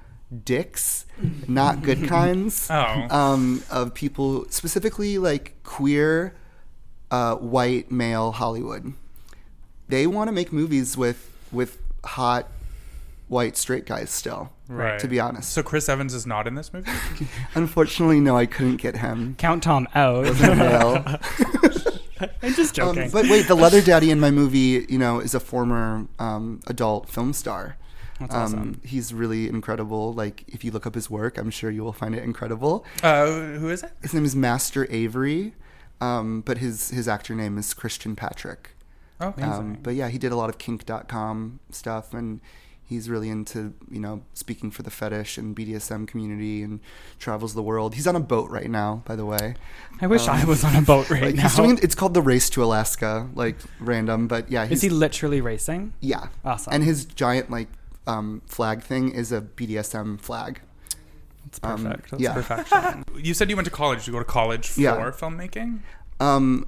Speaker 5: dicks not good kinds
Speaker 3: Oh.
Speaker 5: um of people specifically like queer uh white male hollywood they want to make movies with with hot white straight guys still
Speaker 3: Right.
Speaker 5: to be honest
Speaker 3: So Chris Evans is not in this movie.
Speaker 5: unfortunately no i couldn't get him
Speaker 2: count Tom out.
Speaker 5: Well,
Speaker 2: I'm just joking.
Speaker 5: Um, but wait, the leather daddy in my movie, you know, is a former um, adult film star. That's um,
Speaker 2: awesome.
Speaker 5: He's really incredible. Like, if you look up his work, I'm sure you will find it incredible.
Speaker 3: Uh, who is it?
Speaker 5: His name is Master Avery, um, but his his actor name is Christian Patrick.
Speaker 3: Oh,
Speaker 5: Um, but yeah, he did a lot of kink.com stuff and he's really into, you know, speaking for the fetish and BDSM community and travels the world. He's on a boat right now, by the way.
Speaker 2: I wish I was on a boat right
Speaker 5: um, Like,
Speaker 2: now.
Speaker 5: he's doing, it's called The Race to Alaska, like random, but yeah.
Speaker 2: Is he literally racing?
Speaker 5: Yeah.
Speaker 2: Awesome.
Speaker 5: And his giant like um, flag thing is a BDSM flag.
Speaker 2: That's
Speaker 5: um,
Speaker 2: perfect. That's
Speaker 5: yeah.
Speaker 2: perfection.
Speaker 3: you said you went to college. Did you go to college for
Speaker 5: Yeah.
Speaker 3: filmmaking?
Speaker 5: Um,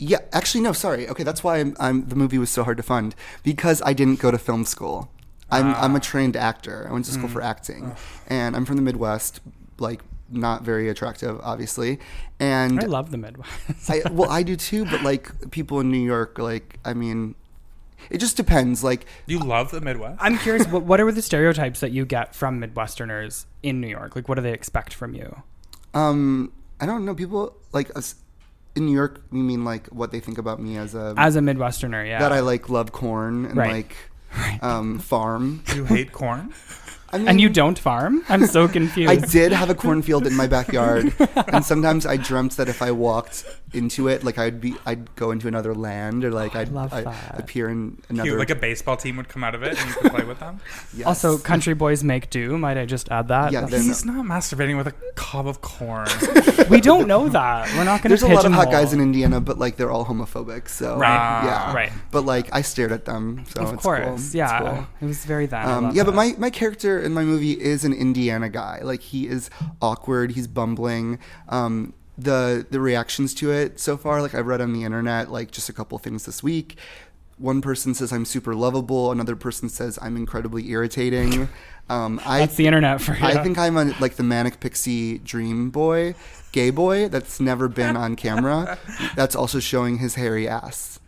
Speaker 5: yeah, actually no, sorry. Okay, that's why I'm, I'm the movie was so hard to fund because I didn't go to film school.
Speaker 2: Ah. Mm.
Speaker 5: I'm I'm a trained actor. I went to school for acting, and I'm from the Midwest, like not very attractive, obviously. And
Speaker 2: I love the Midwest.
Speaker 5: I, well, I do too, but like people in New York, like I mean, it just depends. Like
Speaker 3: You love the Midwest?
Speaker 2: I'm curious, what, what are the stereotypes that you get from Midwesterners in New York? Like, what do they expect from you?
Speaker 5: Um, I don't know. People like us in New York. You mean like what they think about me as a
Speaker 2: As a Midwesterner, yeah.
Speaker 5: that I like love corn and
Speaker 2: Right.
Speaker 5: like um, farm.
Speaker 3: you hate corn?
Speaker 5: I mean,
Speaker 2: and you don't farm? I'm so confused.
Speaker 5: I did have a cornfield in my backyard, and sometimes I dreamt that if I walked into it, like I'd be, I'd go into another land, or like I'd
Speaker 2: love
Speaker 5: I-
Speaker 2: that.
Speaker 5: appear in another.
Speaker 3: Cute. Like a baseball team would come out of it and you could play with them?
Speaker 5: yes.
Speaker 2: Also, country boys make do. Might I just add that?
Speaker 5: Yeah,
Speaker 2: That's-
Speaker 5: They're
Speaker 3: He's not masturbating with a cob of corn.
Speaker 2: we don't know that. We're not going to.
Speaker 5: there's a lot of hot guys in Indiana, but like they're all homophobic. So
Speaker 2: Right,
Speaker 5: yeah,
Speaker 2: right.
Speaker 5: But like I stared at them, so
Speaker 2: Of
Speaker 5: it's cool.
Speaker 2: course,
Speaker 5: It's
Speaker 2: yeah.
Speaker 5: cool.
Speaker 2: It was very that. I
Speaker 5: Um,
Speaker 2: love
Speaker 5: yeah, but
Speaker 2: that.
Speaker 5: my, my character in my movie is an Indiana guy. Like he is awkward. He's bumbling. Um, the the reactions to it so far, like I read on the internet, like just a couple things this week. One person says I'm super lovable. Another person says I'm incredibly irritating. Um, I
Speaker 2: that's the internet for you.
Speaker 5: I think I'm a, like the manic pixie dream boy, gay boy that's never been on camera. that's also showing his hairy ass.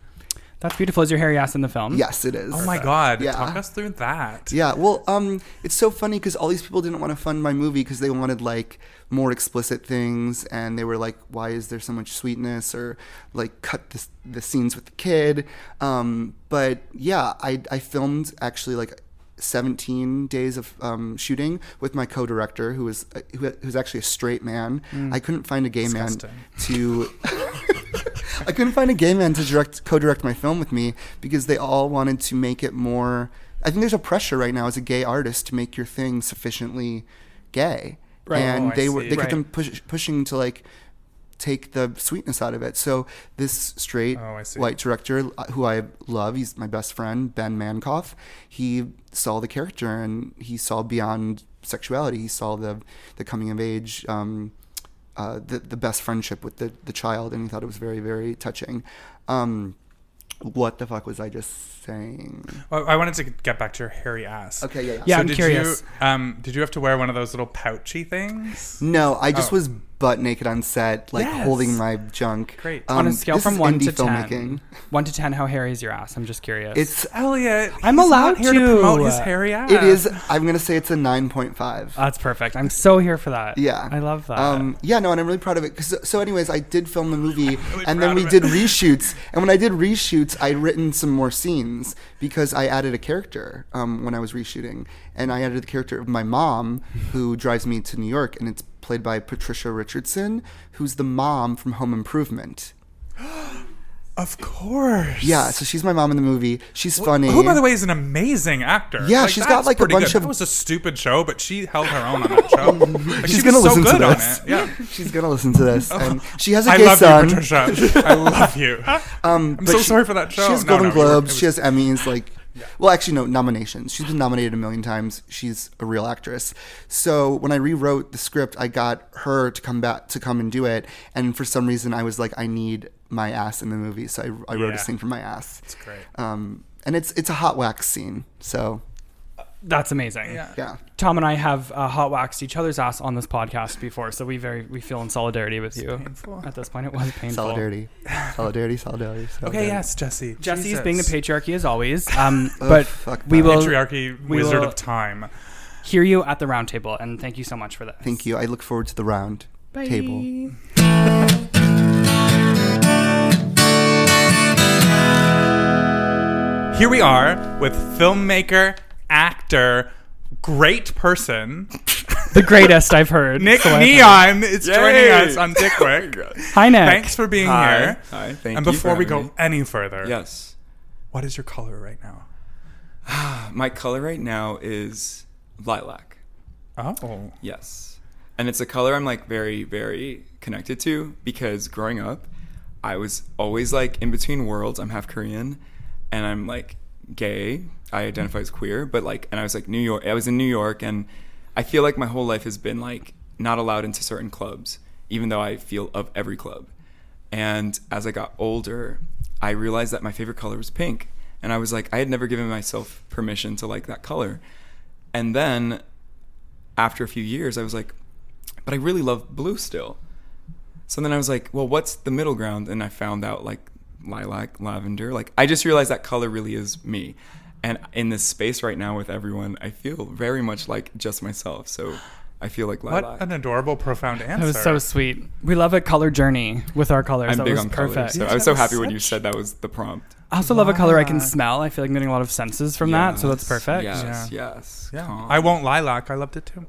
Speaker 2: that's beautiful. Is your hairy ass in the film?
Speaker 5: Yes, it is.
Speaker 3: oh my god.
Speaker 5: Yeah.
Speaker 3: Talk us through that.
Speaker 5: Yeah, well, um, it's so funny because all these people didn't want to fund my movie because they wanted like more explicit things, and they were like, "Why is there so much sweetness?" or like cut the the scenes with the kid. Um, but yeah, I I filmed actually like. 17 days of um, shooting with my co-director who was who, who's actually a straight man i couldn't find a gay
Speaker 3: Disgusting.
Speaker 5: man to I couldn't find a gay man to direct co-direct my film with me because they all wanted to make it more. I think there's a pressure right now as a gay artist to make your thing sufficiently gay,
Speaker 2: Right.
Speaker 5: and
Speaker 3: Oh, I
Speaker 5: they were
Speaker 3: see.
Speaker 5: they kept
Speaker 2: Right.
Speaker 5: them push, pushing to like take the sweetness out of it. So this straight
Speaker 3: Oh, I see.
Speaker 5: white director uh, who I love, he's my best friend, Ben Mankoff. He saw the character and he saw beyond sexuality. He saw the the coming of age, um, uh, the the best friendship with the the child, and he thought it was very very touching. Um, what the fuck was I just saying?
Speaker 3: Well, Oh, I wanted to get back to your hairy ass.
Speaker 5: Okay, yeah, yeah.
Speaker 2: Yeah,
Speaker 3: so
Speaker 2: I'm
Speaker 3: did
Speaker 2: curious.
Speaker 3: You, um, did you have to wear one of those little pouchy things?
Speaker 5: No, I just
Speaker 3: Oh.
Speaker 5: was butt naked on set, like
Speaker 3: Yes.
Speaker 5: holding my junk.
Speaker 3: Great.
Speaker 2: On a
Speaker 5: Um,
Speaker 2: scale
Speaker 5: this
Speaker 2: from
Speaker 5: is
Speaker 2: one
Speaker 5: indie
Speaker 2: to ten, one to ten, how hairy is your ass? I'm just curious.
Speaker 5: It's
Speaker 3: Elliot,
Speaker 2: I'm
Speaker 3: he's
Speaker 2: allowed
Speaker 3: not here
Speaker 2: to.
Speaker 3: to promote his hairy ass.
Speaker 5: it is. I'm gonna say it's a nine point five.
Speaker 3: Uh,
Speaker 2: that's perfect. I'm so here for that.
Speaker 5: Yeah,
Speaker 2: I love that.
Speaker 5: Um, yeah, no, and I'm really proud of it. 'Cause- so, anyways, I did film the movie, and
Speaker 3: proud
Speaker 5: then we
Speaker 3: of
Speaker 5: did reshoots. And when I did reshoots, I written some more scenes because I added a character um, when I was reshooting, and I added the character of my mom, who drives me to New York, and it's played by Patricia Richardson, who's the mom from Home Improvement.
Speaker 3: Of course.
Speaker 5: Yeah, so she's my mom in the movie. She's funny.
Speaker 3: Who, by the way, is an amazing actor.
Speaker 5: Yeah, she's got,
Speaker 3: that's
Speaker 5: like, a
Speaker 3: pretty
Speaker 5: bunch
Speaker 3: good.
Speaker 5: of-
Speaker 3: That was a stupid show, but she held her own on that show. Like,
Speaker 5: she's
Speaker 3: she
Speaker 5: gonna
Speaker 3: was so
Speaker 5: listen
Speaker 3: good
Speaker 5: to
Speaker 3: on
Speaker 5: this.
Speaker 3: it. Yeah.
Speaker 5: she's gonna listen to this, and she has a
Speaker 3: I
Speaker 5: gay
Speaker 3: love
Speaker 5: son.
Speaker 3: you, Patricia. I love you.
Speaker 5: Um,
Speaker 3: I'm
Speaker 5: but
Speaker 3: so
Speaker 5: she-
Speaker 3: sorry for that show.
Speaker 5: She has
Speaker 3: No,
Speaker 5: Golden
Speaker 3: no, we were-
Speaker 5: Globes.
Speaker 3: it
Speaker 5: she
Speaker 3: was-
Speaker 5: has Emmys. Like, well, actually, no nominations. She's been nominated a million times. She's a real actress. So when I rewrote the script, I got her to come back to come and do it. And for some reason, I was like, I need my ass in the movie. So I, I wrote
Speaker 3: Yeah.
Speaker 5: a scene for my ass. It's
Speaker 3: great.
Speaker 5: Um, and it's it's a hot wax scene. So
Speaker 2: that's amazing.
Speaker 3: Yeah.
Speaker 5: yeah.
Speaker 2: Tom and I have uh, hot waxed each other's ass on this podcast before, so we very we feel in solidarity with you.
Speaker 3: painful.
Speaker 2: At this point, it was painful.
Speaker 5: Solidarity, solidarity, solidarity.
Speaker 3: Okay,
Speaker 5: solidarity.
Speaker 3: yes, Jesse.
Speaker 2: Jesse's
Speaker 3: Jesus.
Speaker 2: being the patriarchy as always, um, but
Speaker 5: Oh, fuck
Speaker 2: we
Speaker 5: that.
Speaker 2: will
Speaker 3: patriarchy
Speaker 2: we
Speaker 3: wizard
Speaker 2: will-
Speaker 3: of time.
Speaker 2: hear you at the round table, and thank you so much for this.
Speaker 5: Thank you. I look forward to the round table.
Speaker 3: Here we are with filmmaker, actor, great person,
Speaker 2: The greatest I've heard.
Speaker 3: Nick
Speaker 2: so I've heard.
Speaker 3: Neon is joining
Speaker 6: Yay.
Speaker 3: us on Dick Quick.
Speaker 2: Hi, Nick.
Speaker 3: Thanks for being
Speaker 6: Hi.
Speaker 3: here.
Speaker 6: Hi. Thank
Speaker 3: and
Speaker 6: you
Speaker 3: before
Speaker 6: for
Speaker 3: we go
Speaker 6: having me.
Speaker 3: any further,
Speaker 6: Yes.
Speaker 3: what is your color right now?
Speaker 6: My color right now is lilac.
Speaker 3: Oh.
Speaker 6: Yes. And it's a color I'm like very, very connected to because growing up, I was always like in between worlds. I'm half Korean and I'm like gay. I identify as queer, but like, and I was like New York, I was in New York and I feel like my whole life has been like not allowed into certain clubs, even though I feel of every club. And as I got older, I realized that my favorite color was pink. And I was like, I had never given myself permission to like that color. And then after a few years, I was like, but I really love blue still. So then I was like, well, what's the middle ground? And I found out like lilac, lavender. Like I just realized that color really is me. And in this space right now with everyone, I feel very much like just myself. So I feel like
Speaker 3: What
Speaker 6: lilac.
Speaker 3: an adorable, profound answer.
Speaker 2: That was so sweet. We love a color journey with our colors.
Speaker 6: I'm
Speaker 2: that
Speaker 6: big
Speaker 2: was
Speaker 6: on
Speaker 2: perfect.
Speaker 6: colors. So
Speaker 3: Yes,
Speaker 6: I was
Speaker 3: that
Speaker 6: so
Speaker 3: was
Speaker 6: happy when you
Speaker 3: such-
Speaker 6: said that was the prompt.
Speaker 2: I also love a color I can
Speaker 3: Yeah.
Speaker 2: smell. I feel like I'm getting a lot of senses from that, so that's
Speaker 6: Yes,
Speaker 2: perfect.
Speaker 6: Yes, yes.
Speaker 3: Yeah.
Speaker 6: Calm.
Speaker 3: I won't lilac. I loved it too.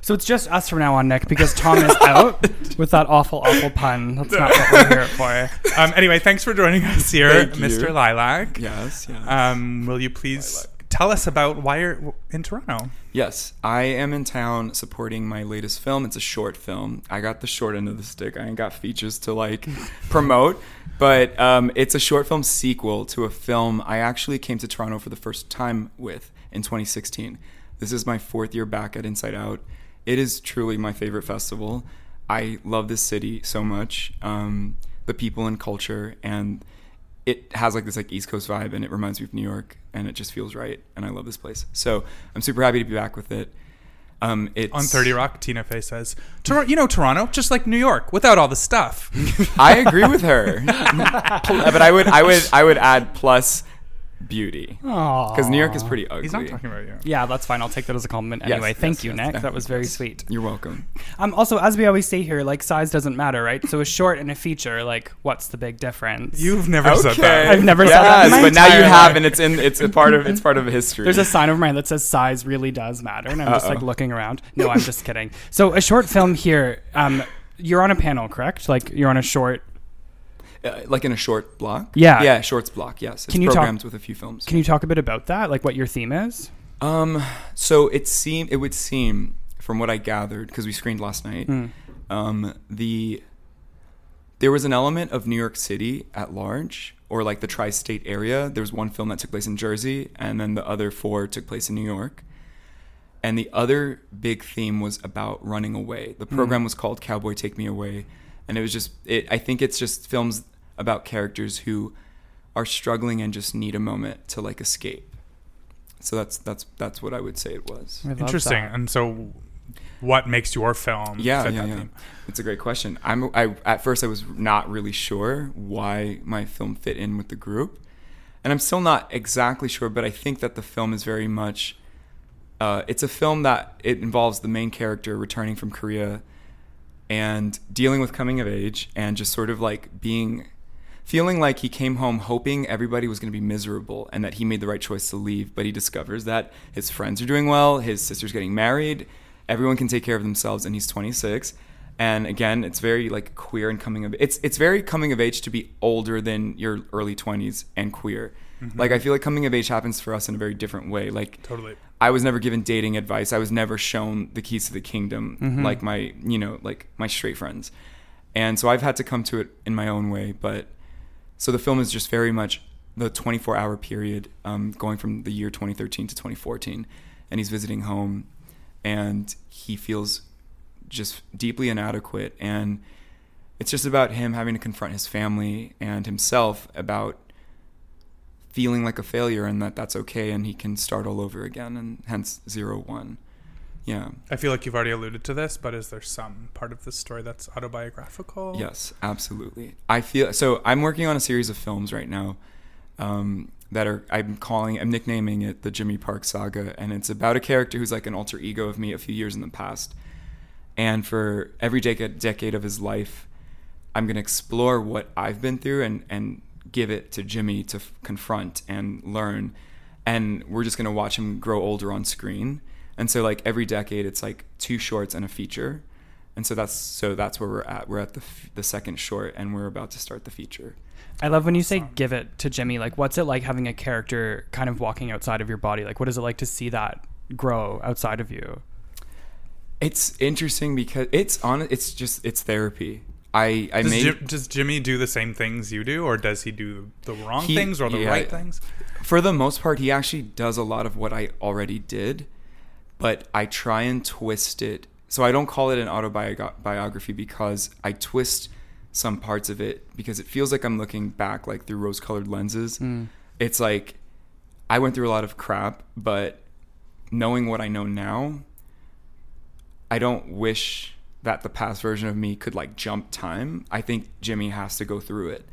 Speaker 2: So it's just us from now on, Nick, because Tom is out with that awful, awful pun. That's not what we're here for.
Speaker 3: Um, anyway, thanks for joining us here,
Speaker 6: Thank you.
Speaker 3: Mr. Lilac.
Speaker 6: Yes, yes.
Speaker 3: Um, will you please
Speaker 6: Lilac.
Speaker 3: tell us about why you're in Toronto?
Speaker 6: Yes, I am in town supporting my latest film. It's a short film. I got the short end of the stick. I ain't got features to like promote, but um, it's a short film sequel to a film I actually came to Toronto for the first time with in 2016. This is my fourth year back at Inside Out. It is truly my favorite festival. I love this city so much, um, the people and culture, and it has like this like East Coast vibe and it reminds me of New York and it just feels right and I love this place. So I'm super happy to be back with it. Um, it's
Speaker 3: On 30 Rock, Tina Fey says, Tor- You know Toronto, just like New York, without all the stuff.
Speaker 6: I agree with her, but I would I would I would add plus beauty because New York is pretty ugly.
Speaker 3: He's not talking about you.
Speaker 2: Yeah, that's fine. I'll take that as a compliment
Speaker 6: Yes,
Speaker 2: anyway.
Speaker 6: yes,
Speaker 2: Thank you,
Speaker 6: yes,
Speaker 2: Nick.
Speaker 6: yes,
Speaker 2: that was very
Speaker 6: yes.
Speaker 2: sweet.
Speaker 6: You're welcome.
Speaker 2: Um, also, as we always say here, like size doesn't matter, right? So a short and a feature, like what's the big difference?
Speaker 3: You've never said that.
Speaker 2: I've never said that in my
Speaker 6: Yes, but now you
Speaker 2: entire
Speaker 6: have,
Speaker 2: life.
Speaker 6: and it's in it's a part of it's part of history.
Speaker 2: There's a sign over my head that says size really does matter, and I'm just like
Speaker 6: Uh-oh.
Speaker 2: looking around. No, I'm just kidding. So a short film here. Um, you're on a panel, correct? Like you're on a short.
Speaker 6: uh, like in a short block.
Speaker 2: Yeah.
Speaker 6: yeah, shorts block. Yes, it's
Speaker 2: Can you talk-
Speaker 6: programmed with a few films.
Speaker 2: Can you talk a bit about that? Like what your theme is?
Speaker 6: Um, so it seem it would seem from what I gathered because we screened last night, um, the there was an element of New York City at large or like the tri-state area. There was one film that took place in Jersey, and then the other four took place in New York. And the other big theme was about running away. The program was called Cowboy Take Me Away, and it was just it. I think it's just films about characters who are struggling and just need a moment to like escape. So that's that's that's what I would say it was.
Speaker 2: I love
Speaker 3: Interesting.
Speaker 2: that.
Speaker 3: And so, what makes your film
Speaker 6: Yeah,
Speaker 3: fit
Speaker 6: yeah,
Speaker 3: that
Speaker 6: yeah.
Speaker 3: theme?
Speaker 6: It's a great question. I'm I at first I was not really sure why my film fit in with the group, and I'm still not exactly sure. But I think that the film is very much. Uh, it's a film that it involves the main character returning from Korea, and dealing with coming of age, and just sort of like being, feeling like he came home hoping everybody was going to be miserable, and that he made the right choice to leave. But he discovers that his friends are doing well, his sister's getting married, everyone can take care of themselves, and he's 26. And again, it's very like queer and coming of it's it's very coming of age to be older than your early 20s and queer. Like I feel like coming of age happens for us in a very different way. Like
Speaker 3: Totally.
Speaker 6: I was never given dating advice. I was never shown the keys to the kingdom like my, you know, like my straight friends. And so I've had to come to it in my own way. But so the film is just very much the 24 hour period um, going from the year 2013 to 2014. And he's visiting home and he feels just deeply inadequate. And it's just about him having to confront his family and himself about feeling like a failure and that that's okay and he can start all over again and hence zero one yeah
Speaker 3: I feel like you've already alluded to this, but is there some part of this story that's autobiographical?
Speaker 6: yes absolutely i feel so i'm working on a series of films right now um, that are i'm calling i'm nicknaming it the jimmy park saga and it's about a character who's like an alter ego of me a few years in the past and for every decade decade of his life i'm going to explore what i've been through and and give it to jimmy to f- confront and learn and we're just going to watch him grow older on screen and so like every decade it's like two shorts and a feature and so that's so that's where we're at we're at the, f- the second short and we're about to start the feature
Speaker 2: I love when you say "give it to Jimmy." Like, what's it like having a character kind of walking outside of your body? Like, what is it like to see that grow outside of you?
Speaker 6: it's interesting because it's on it's just it's therapy i i
Speaker 3: Does,
Speaker 6: made
Speaker 3: Jim, does Jimmy do the same things you do, or does he do the wrong
Speaker 6: He-
Speaker 3: things or the
Speaker 6: yeah.
Speaker 3: right things?
Speaker 6: for the most part, he actually does a lot of what I already did, but I try and twist it. So I don't call it an autobiography because I twist some parts of it because it feels like I'm looking back like through rose colored lenses. It's like I went through a lot of crap, but knowing what I know now, I don't wish that the past version of me could like jump time. I think Jimmy has to go through it,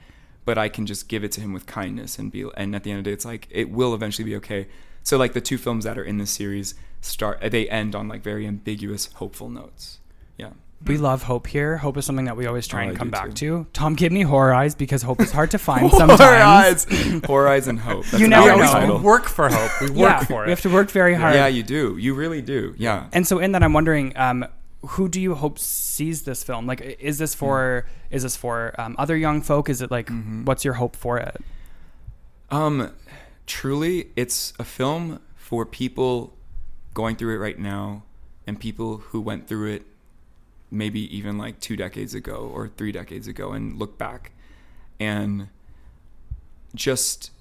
Speaker 6: but I can just give it to him with kindness and be. And at the end of the day, it's like it will eventually be okay. So like the two films that are in this series start. They end on like very ambiguous, hopeful notes. Yeah.
Speaker 2: We love hope here. Hope is something that we always try
Speaker 6: Oh,
Speaker 2: and
Speaker 6: I
Speaker 2: come
Speaker 6: do
Speaker 2: back
Speaker 6: too.
Speaker 2: to. Tom gave me horror eyes because hope is hard to find sometimes.
Speaker 6: Horror eyes, horror eyes, and hope. That's
Speaker 2: You
Speaker 6: an
Speaker 2: never
Speaker 6: album
Speaker 2: know.
Speaker 6: title.
Speaker 3: We work for hope. We work
Speaker 2: Yeah,
Speaker 3: for it.
Speaker 2: we have to work very hard.
Speaker 6: Yeah, you do. You really do. Yeah.
Speaker 2: And so in that, I'm wondering, um, who do you hope sees this film? Like, i- is
Speaker 6: Hmm.
Speaker 2: this for is this for um, other young folk? Is it like,
Speaker 6: Mm-hmm.
Speaker 2: what's your hope for it?
Speaker 6: Um, truly, it's a film for people going through it right now and people who went through it maybe even like two decades ago or three decades ago and look back and just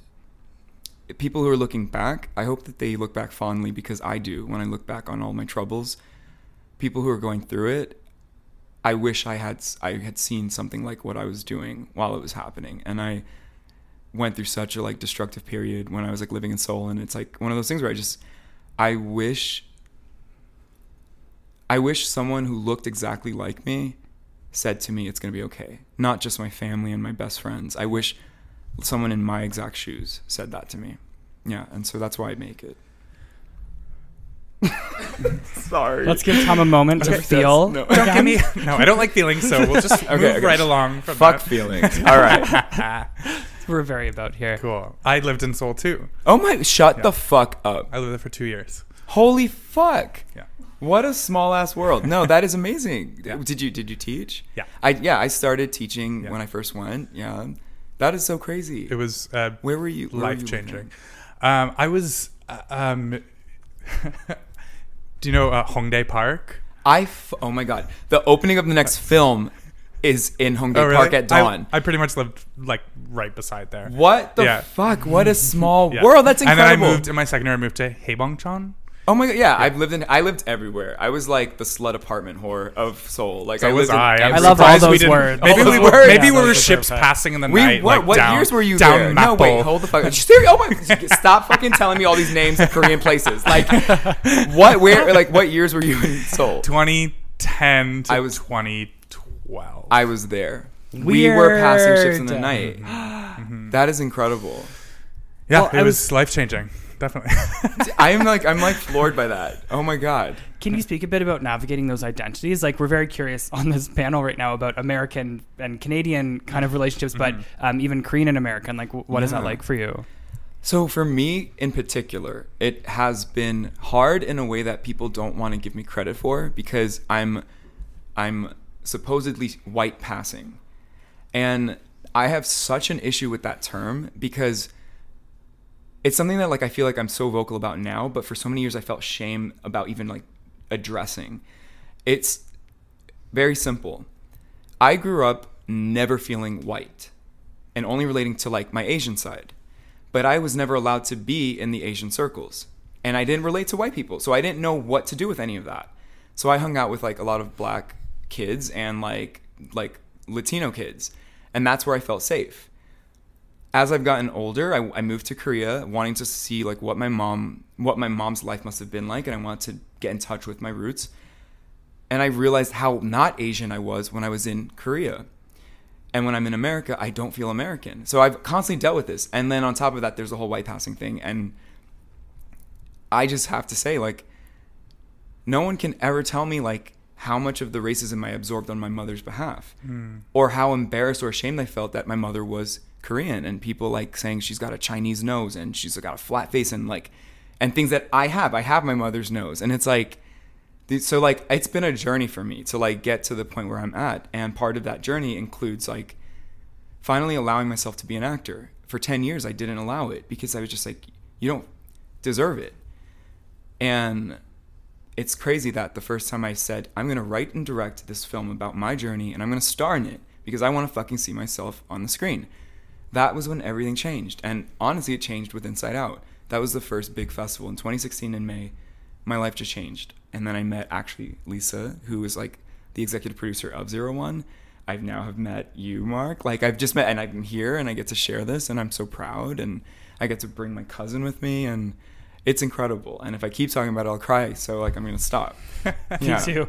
Speaker 6: people who are looking back, I hope that they look back fondly because I do when I look back on all my troubles. People who are going through it, I wish I had I had seen something like what I was doing while it was happening. And I went through such a like destructive period when I was like living in Seoul and it's like one of those things where I just I wish I wish someone who looked exactly like me said to me it's going to be okay. Not just my family and my best friends. I wish someone in my exact shoes said that to me. Yeah, and so that's why I make it. Sorry.
Speaker 2: Let's give Tom a moment to feel.
Speaker 6: no.
Speaker 3: Don't give me. No, I don't like feelings, so we'll just
Speaker 6: Okay,
Speaker 3: move
Speaker 6: okay.
Speaker 3: right along. From
Speaker 6: Fuck
Speaker 3: that.
Speaker 6: feelings. All right.
Speaker 2: We're very about here.
Speaker 3: Cool. I lived in Seoul too.
Speaker 6: Oh my! Shut the fuck up.
Speaker 3: I lived there for two years.
Speaker 6: Holy fuck!
Speaker 3: Yeah.
Speaker 6: What a small ass world. No, that is amazing. Did you did you teach?
Speaker 3: Yeah.
Speaker 6: I yeah I started teaching
Speaker 3: Yeah.
Speaker 6: when I first went. Yeah, that is so crazy.
Speaker 3: It was uh,
Speaker 6: Where were you? where were you
Speaker 3: life changing.
Speaker 6: living?
Speaker 3: Um, I was. uh, Um, do you know uh, Hongdae Park?
Speaker 6: I f- oh my god! The opening of the next film is in Hongdae
Speaker 3: Oh, really?
Speaker 6: Park at
Speaker 3: I-
Speaker 6: dawn.
Speaker 3: I, pretty much lived like right beside there.
Speaker 6: what the
Speaker 3: Yeah.
Speaker 6: fuck? What a small
Speaker 3: Yeah.
Speaker 6: world. That's incredible.
Speaker 3: And then I moved in my second year. I moved to Haebongchon.
Speaker 6: Oh my god! Yeah, I've lived in. I lived everywhere. I was like the slut apartment whore of Seoul. Like
Speaker 3: So
Speaker 6: I
Speaker 3: was
Speaker 6: lived in
Speaker 3: I. I'm
Speaker 6: every
Speaker 2: I love all
Speaker 3: surprised we
Speaker 2: those
Speaker 3: didn't-
Speaker 2: words.
Speaker 3: Maybe
Speaker 6: All
Speaker 3: we
Speaker 6: those
Speaker 3: were
Speaker 6: words.
Speaker 3: maybe
Speaker 6: Yeah,
Speaker 3: we
Speaker 6: those
Speaker 3: were
Speaker 6: are
Speaker 3: ships
Speaker 2: perfect.
Speaker 3: passing in the
Speaker 6: We
Speaker 3: night.
Speaker 6: what,
Speaker 3: like,
Speaker 6: what
Speaker 3: down,
Speaker 6: years were you
Speaker 3: down
Speaker 6: there? No, wait,
Speaker 3: Mappo.
Speaker 6: hold the fuck. Seriously, oh my, stop fucking telling me all these names of Korean places. Like, what? Where? Like, what years were you in Seoul?
Speaker 3: 2010 to
Speaker 6: I was-
Speaker 3: 2012.
Speaker 6: I was there. We were passing ships in the
Speaker 2: Weird.
Speaker 6: night. That is incredible.
Speaker 3: yeah,
Speaker 2: Well,
Speaker 3: it
Speaker 2: I
Speaker 3: was,
Speaker 2: was-
Speaker 3: life changing. Definitely.
Speaker 6: I'm like, I'm like floored by that. Oh my god.
Speaker 2: Can you speak a bit about navigating those identities? Like, we're very curious on this panel right now about American and Canadian kind of relationships, but um, even Korean and American. Like, wh- what is that
Speaker 6: Mm-hmm. Yeah.
Speaker 2: like for you?
Speaker 6: So for me in particular, it has been hard in a way that people don't want to give me credit for because I'm I'm supposedly white passing. And I have such an issue with that term because it's something that like I feel like I'm so vocal about now, but for so many years I felt shame about even like addressing. It's very simple. I grew up never feeling white and only relating to like my Asian side. But I was never allowed to be in the Asian circles. And I didn't relate to white people. So I didn't know what to do with any of that. So I hung out with like a lot of black kids and like like Latino kids. And that's where I felt safe as I've gotten older, I, I moved to Korea, wanting to see like what my mom, what my mom's life must have been like, and I wanted to get in touch with my roots. And I realized how not Asian I was when I was in Korea, and when I'm in America, I don't feel American. So I've constantly dealt with this. And then on top of that, there's the whole white passing thing, and I just have to say, like, no one can ever tell me like how much of the racism I absorbed on my mother's behalf, or how embarrassed or ashamed I felt that my mother was Korean and people like saying she's got a Chinese nose and she's got a flat face and like, and things that I have. I have my mother's nose, and it's like, th- so like it's been a journey for me to like get to the point where I'm at, and part of that journey includes like finally allowing myself to be an actor. For 10 years, I didn't allow it because I was just like, you don't deserve it. And it's crazy that the first time I said, I'm going to write and direct this film about my journey and I'm going to star in it because I want to fucking see myself on the screen. That was when everything changed. And honestly, it changed with Inside Out. That was the first big festival in 2016 in May. My life just changed. And then I met actually Lisa, who was like the executive producer of Zero One. I've now have met you, Mark. Like I've just met and I'm here and I get to share this and I'm so proud and I get to bring my cousin with me and It's incredible. And if I keep talking about it, I'll cry. So like I'm gonna stop. yeah.
Speaker 2: Me too.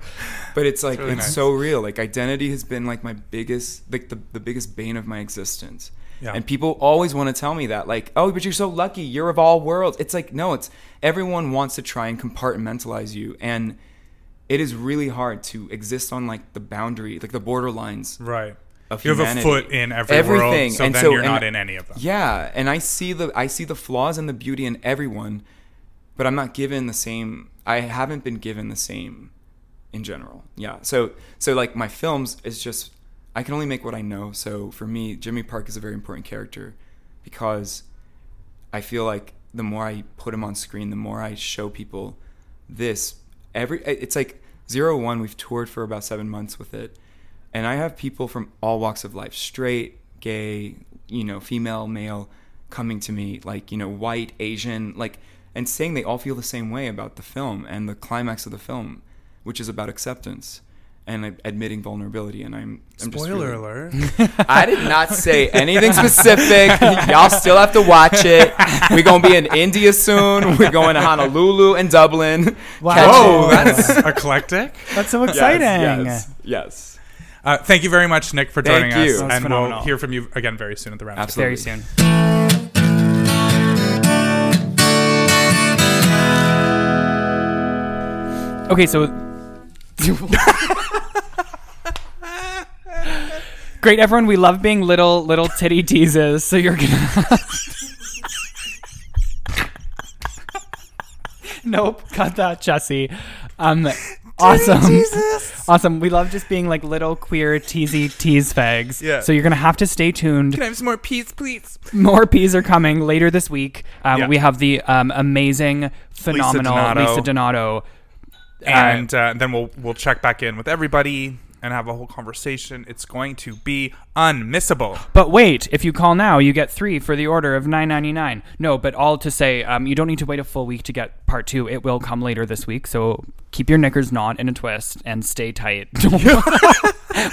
Speaker 6: But it's like
Speaker 3: really
Speaker 6: it's
Speaker 3: nice.
Speaker 6: so real. Like identity has been like my biggest like the, the biggest bane of my existence.
Speaker 3: Yeah.
Speaker 6: And people always want to tell me that, like, oh, but you're so lucky, you're of all worlds. It's like, no, it's everyone wants to try and compartmentalize you. And it is really hard to exist on like the boundary, like the borderlines
Speaker 3: Right.
Speaker 6: of
Speaker 3: you have a
Speaker 6: humanity.
Speaker 3: foot in every
Speaker 6: Everything.
Speaker 3: world, so
Speaker 6: And
Speaker 3: then
Speaker 6: so-
Speaker 3: you're
Speaker 6: and-
Speaker 3: not in any of them.
Speaker 6: Yeah, and I see the I see the flaws and the beauty in everyone, but I'm not given the same. I haven't been given the same in general. Yeah. So so like my films is just I can only make what I know. So for me, Jimmy Park is a very important character because I feel like the more I put him on screen, the more I show people this every it's like zero one we've toured for about 7 months with it. And I have people from all walks of life, straight, gay, you know, female, male coming to me like, you know, white, Asian, like and saying they all feel the same way about the film and the climax of the film, which is about acceptance and ad- admitting vulnerability and I'm, I'm just
Speaker 3: Spoiler
Speaker 6: really-
Speaker 3: alert.
Speaker 6: I did not say anything specific. Y'all still have to watch it. We're gonna be in India soon. We're going to Honolulu and Dublin. Catch
Speaker 3: Whoa,
Speaker 6: it.
Speaker 3: that's eclectic.
Speaker 2: That's so
Speaker 6: Yes,
Speaker 2: exciting.
Speaker 6: Yes, yes.
Speaker 3: Uh, thank you very much, Nick, for joining
Speaker 6: Thank you.
Speaker 3: us,
Speaker 6: That
Speaker 2: was
Speaker 3: and we'll
Speaker 2: phenomenal.
Speaker 3: hear from you again very soon at the round. table.
Speaker 6: Absolutely.
Speaker 2: Very soon. Okay, so. Great, everyone. We love being little, little titty teases. So you're gonna. nope, cut that, Jesse. Um, awesome. Awesome. We love just being like little queer teasy tease fags.
Speaker 3: Yeah.
Speaker 2: So you're gonna have to stay tuned
Speaker 3: Can I have some more peas, please?
Speaker 2: more peas are coming later this week. Um,
Speaker 3: Yeah.
Speaker 2: We have the um, amazing, phenomenal Lisa
Speaker 3: Donato.
Speaker 2: Donato.
Speaker 3: And uh, then we'll we'll check back in with everybody and have a whole conversation. It's going to be unmissable.
Speaker 2: But wait, if you call now, you get three for the order of nine ninety nine. No, but all to say, um, you don't need to wait a full week to get part two. It will come later this week. So keep your knickers knot in a twist and stay tight. Don't-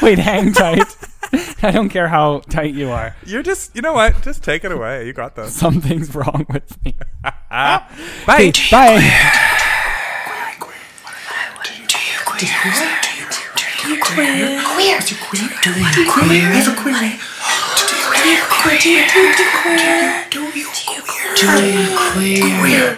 Speaker 2: wait, hang tight. I don't care how tight you are.
Speaker 3: You're just, you know what? Just take it away. You got this.
Speaker 2: Something's wrong with me.
Speaker 3: Bye.
Speaker 2: Hey, bye.
Speaker 1: Do you queer?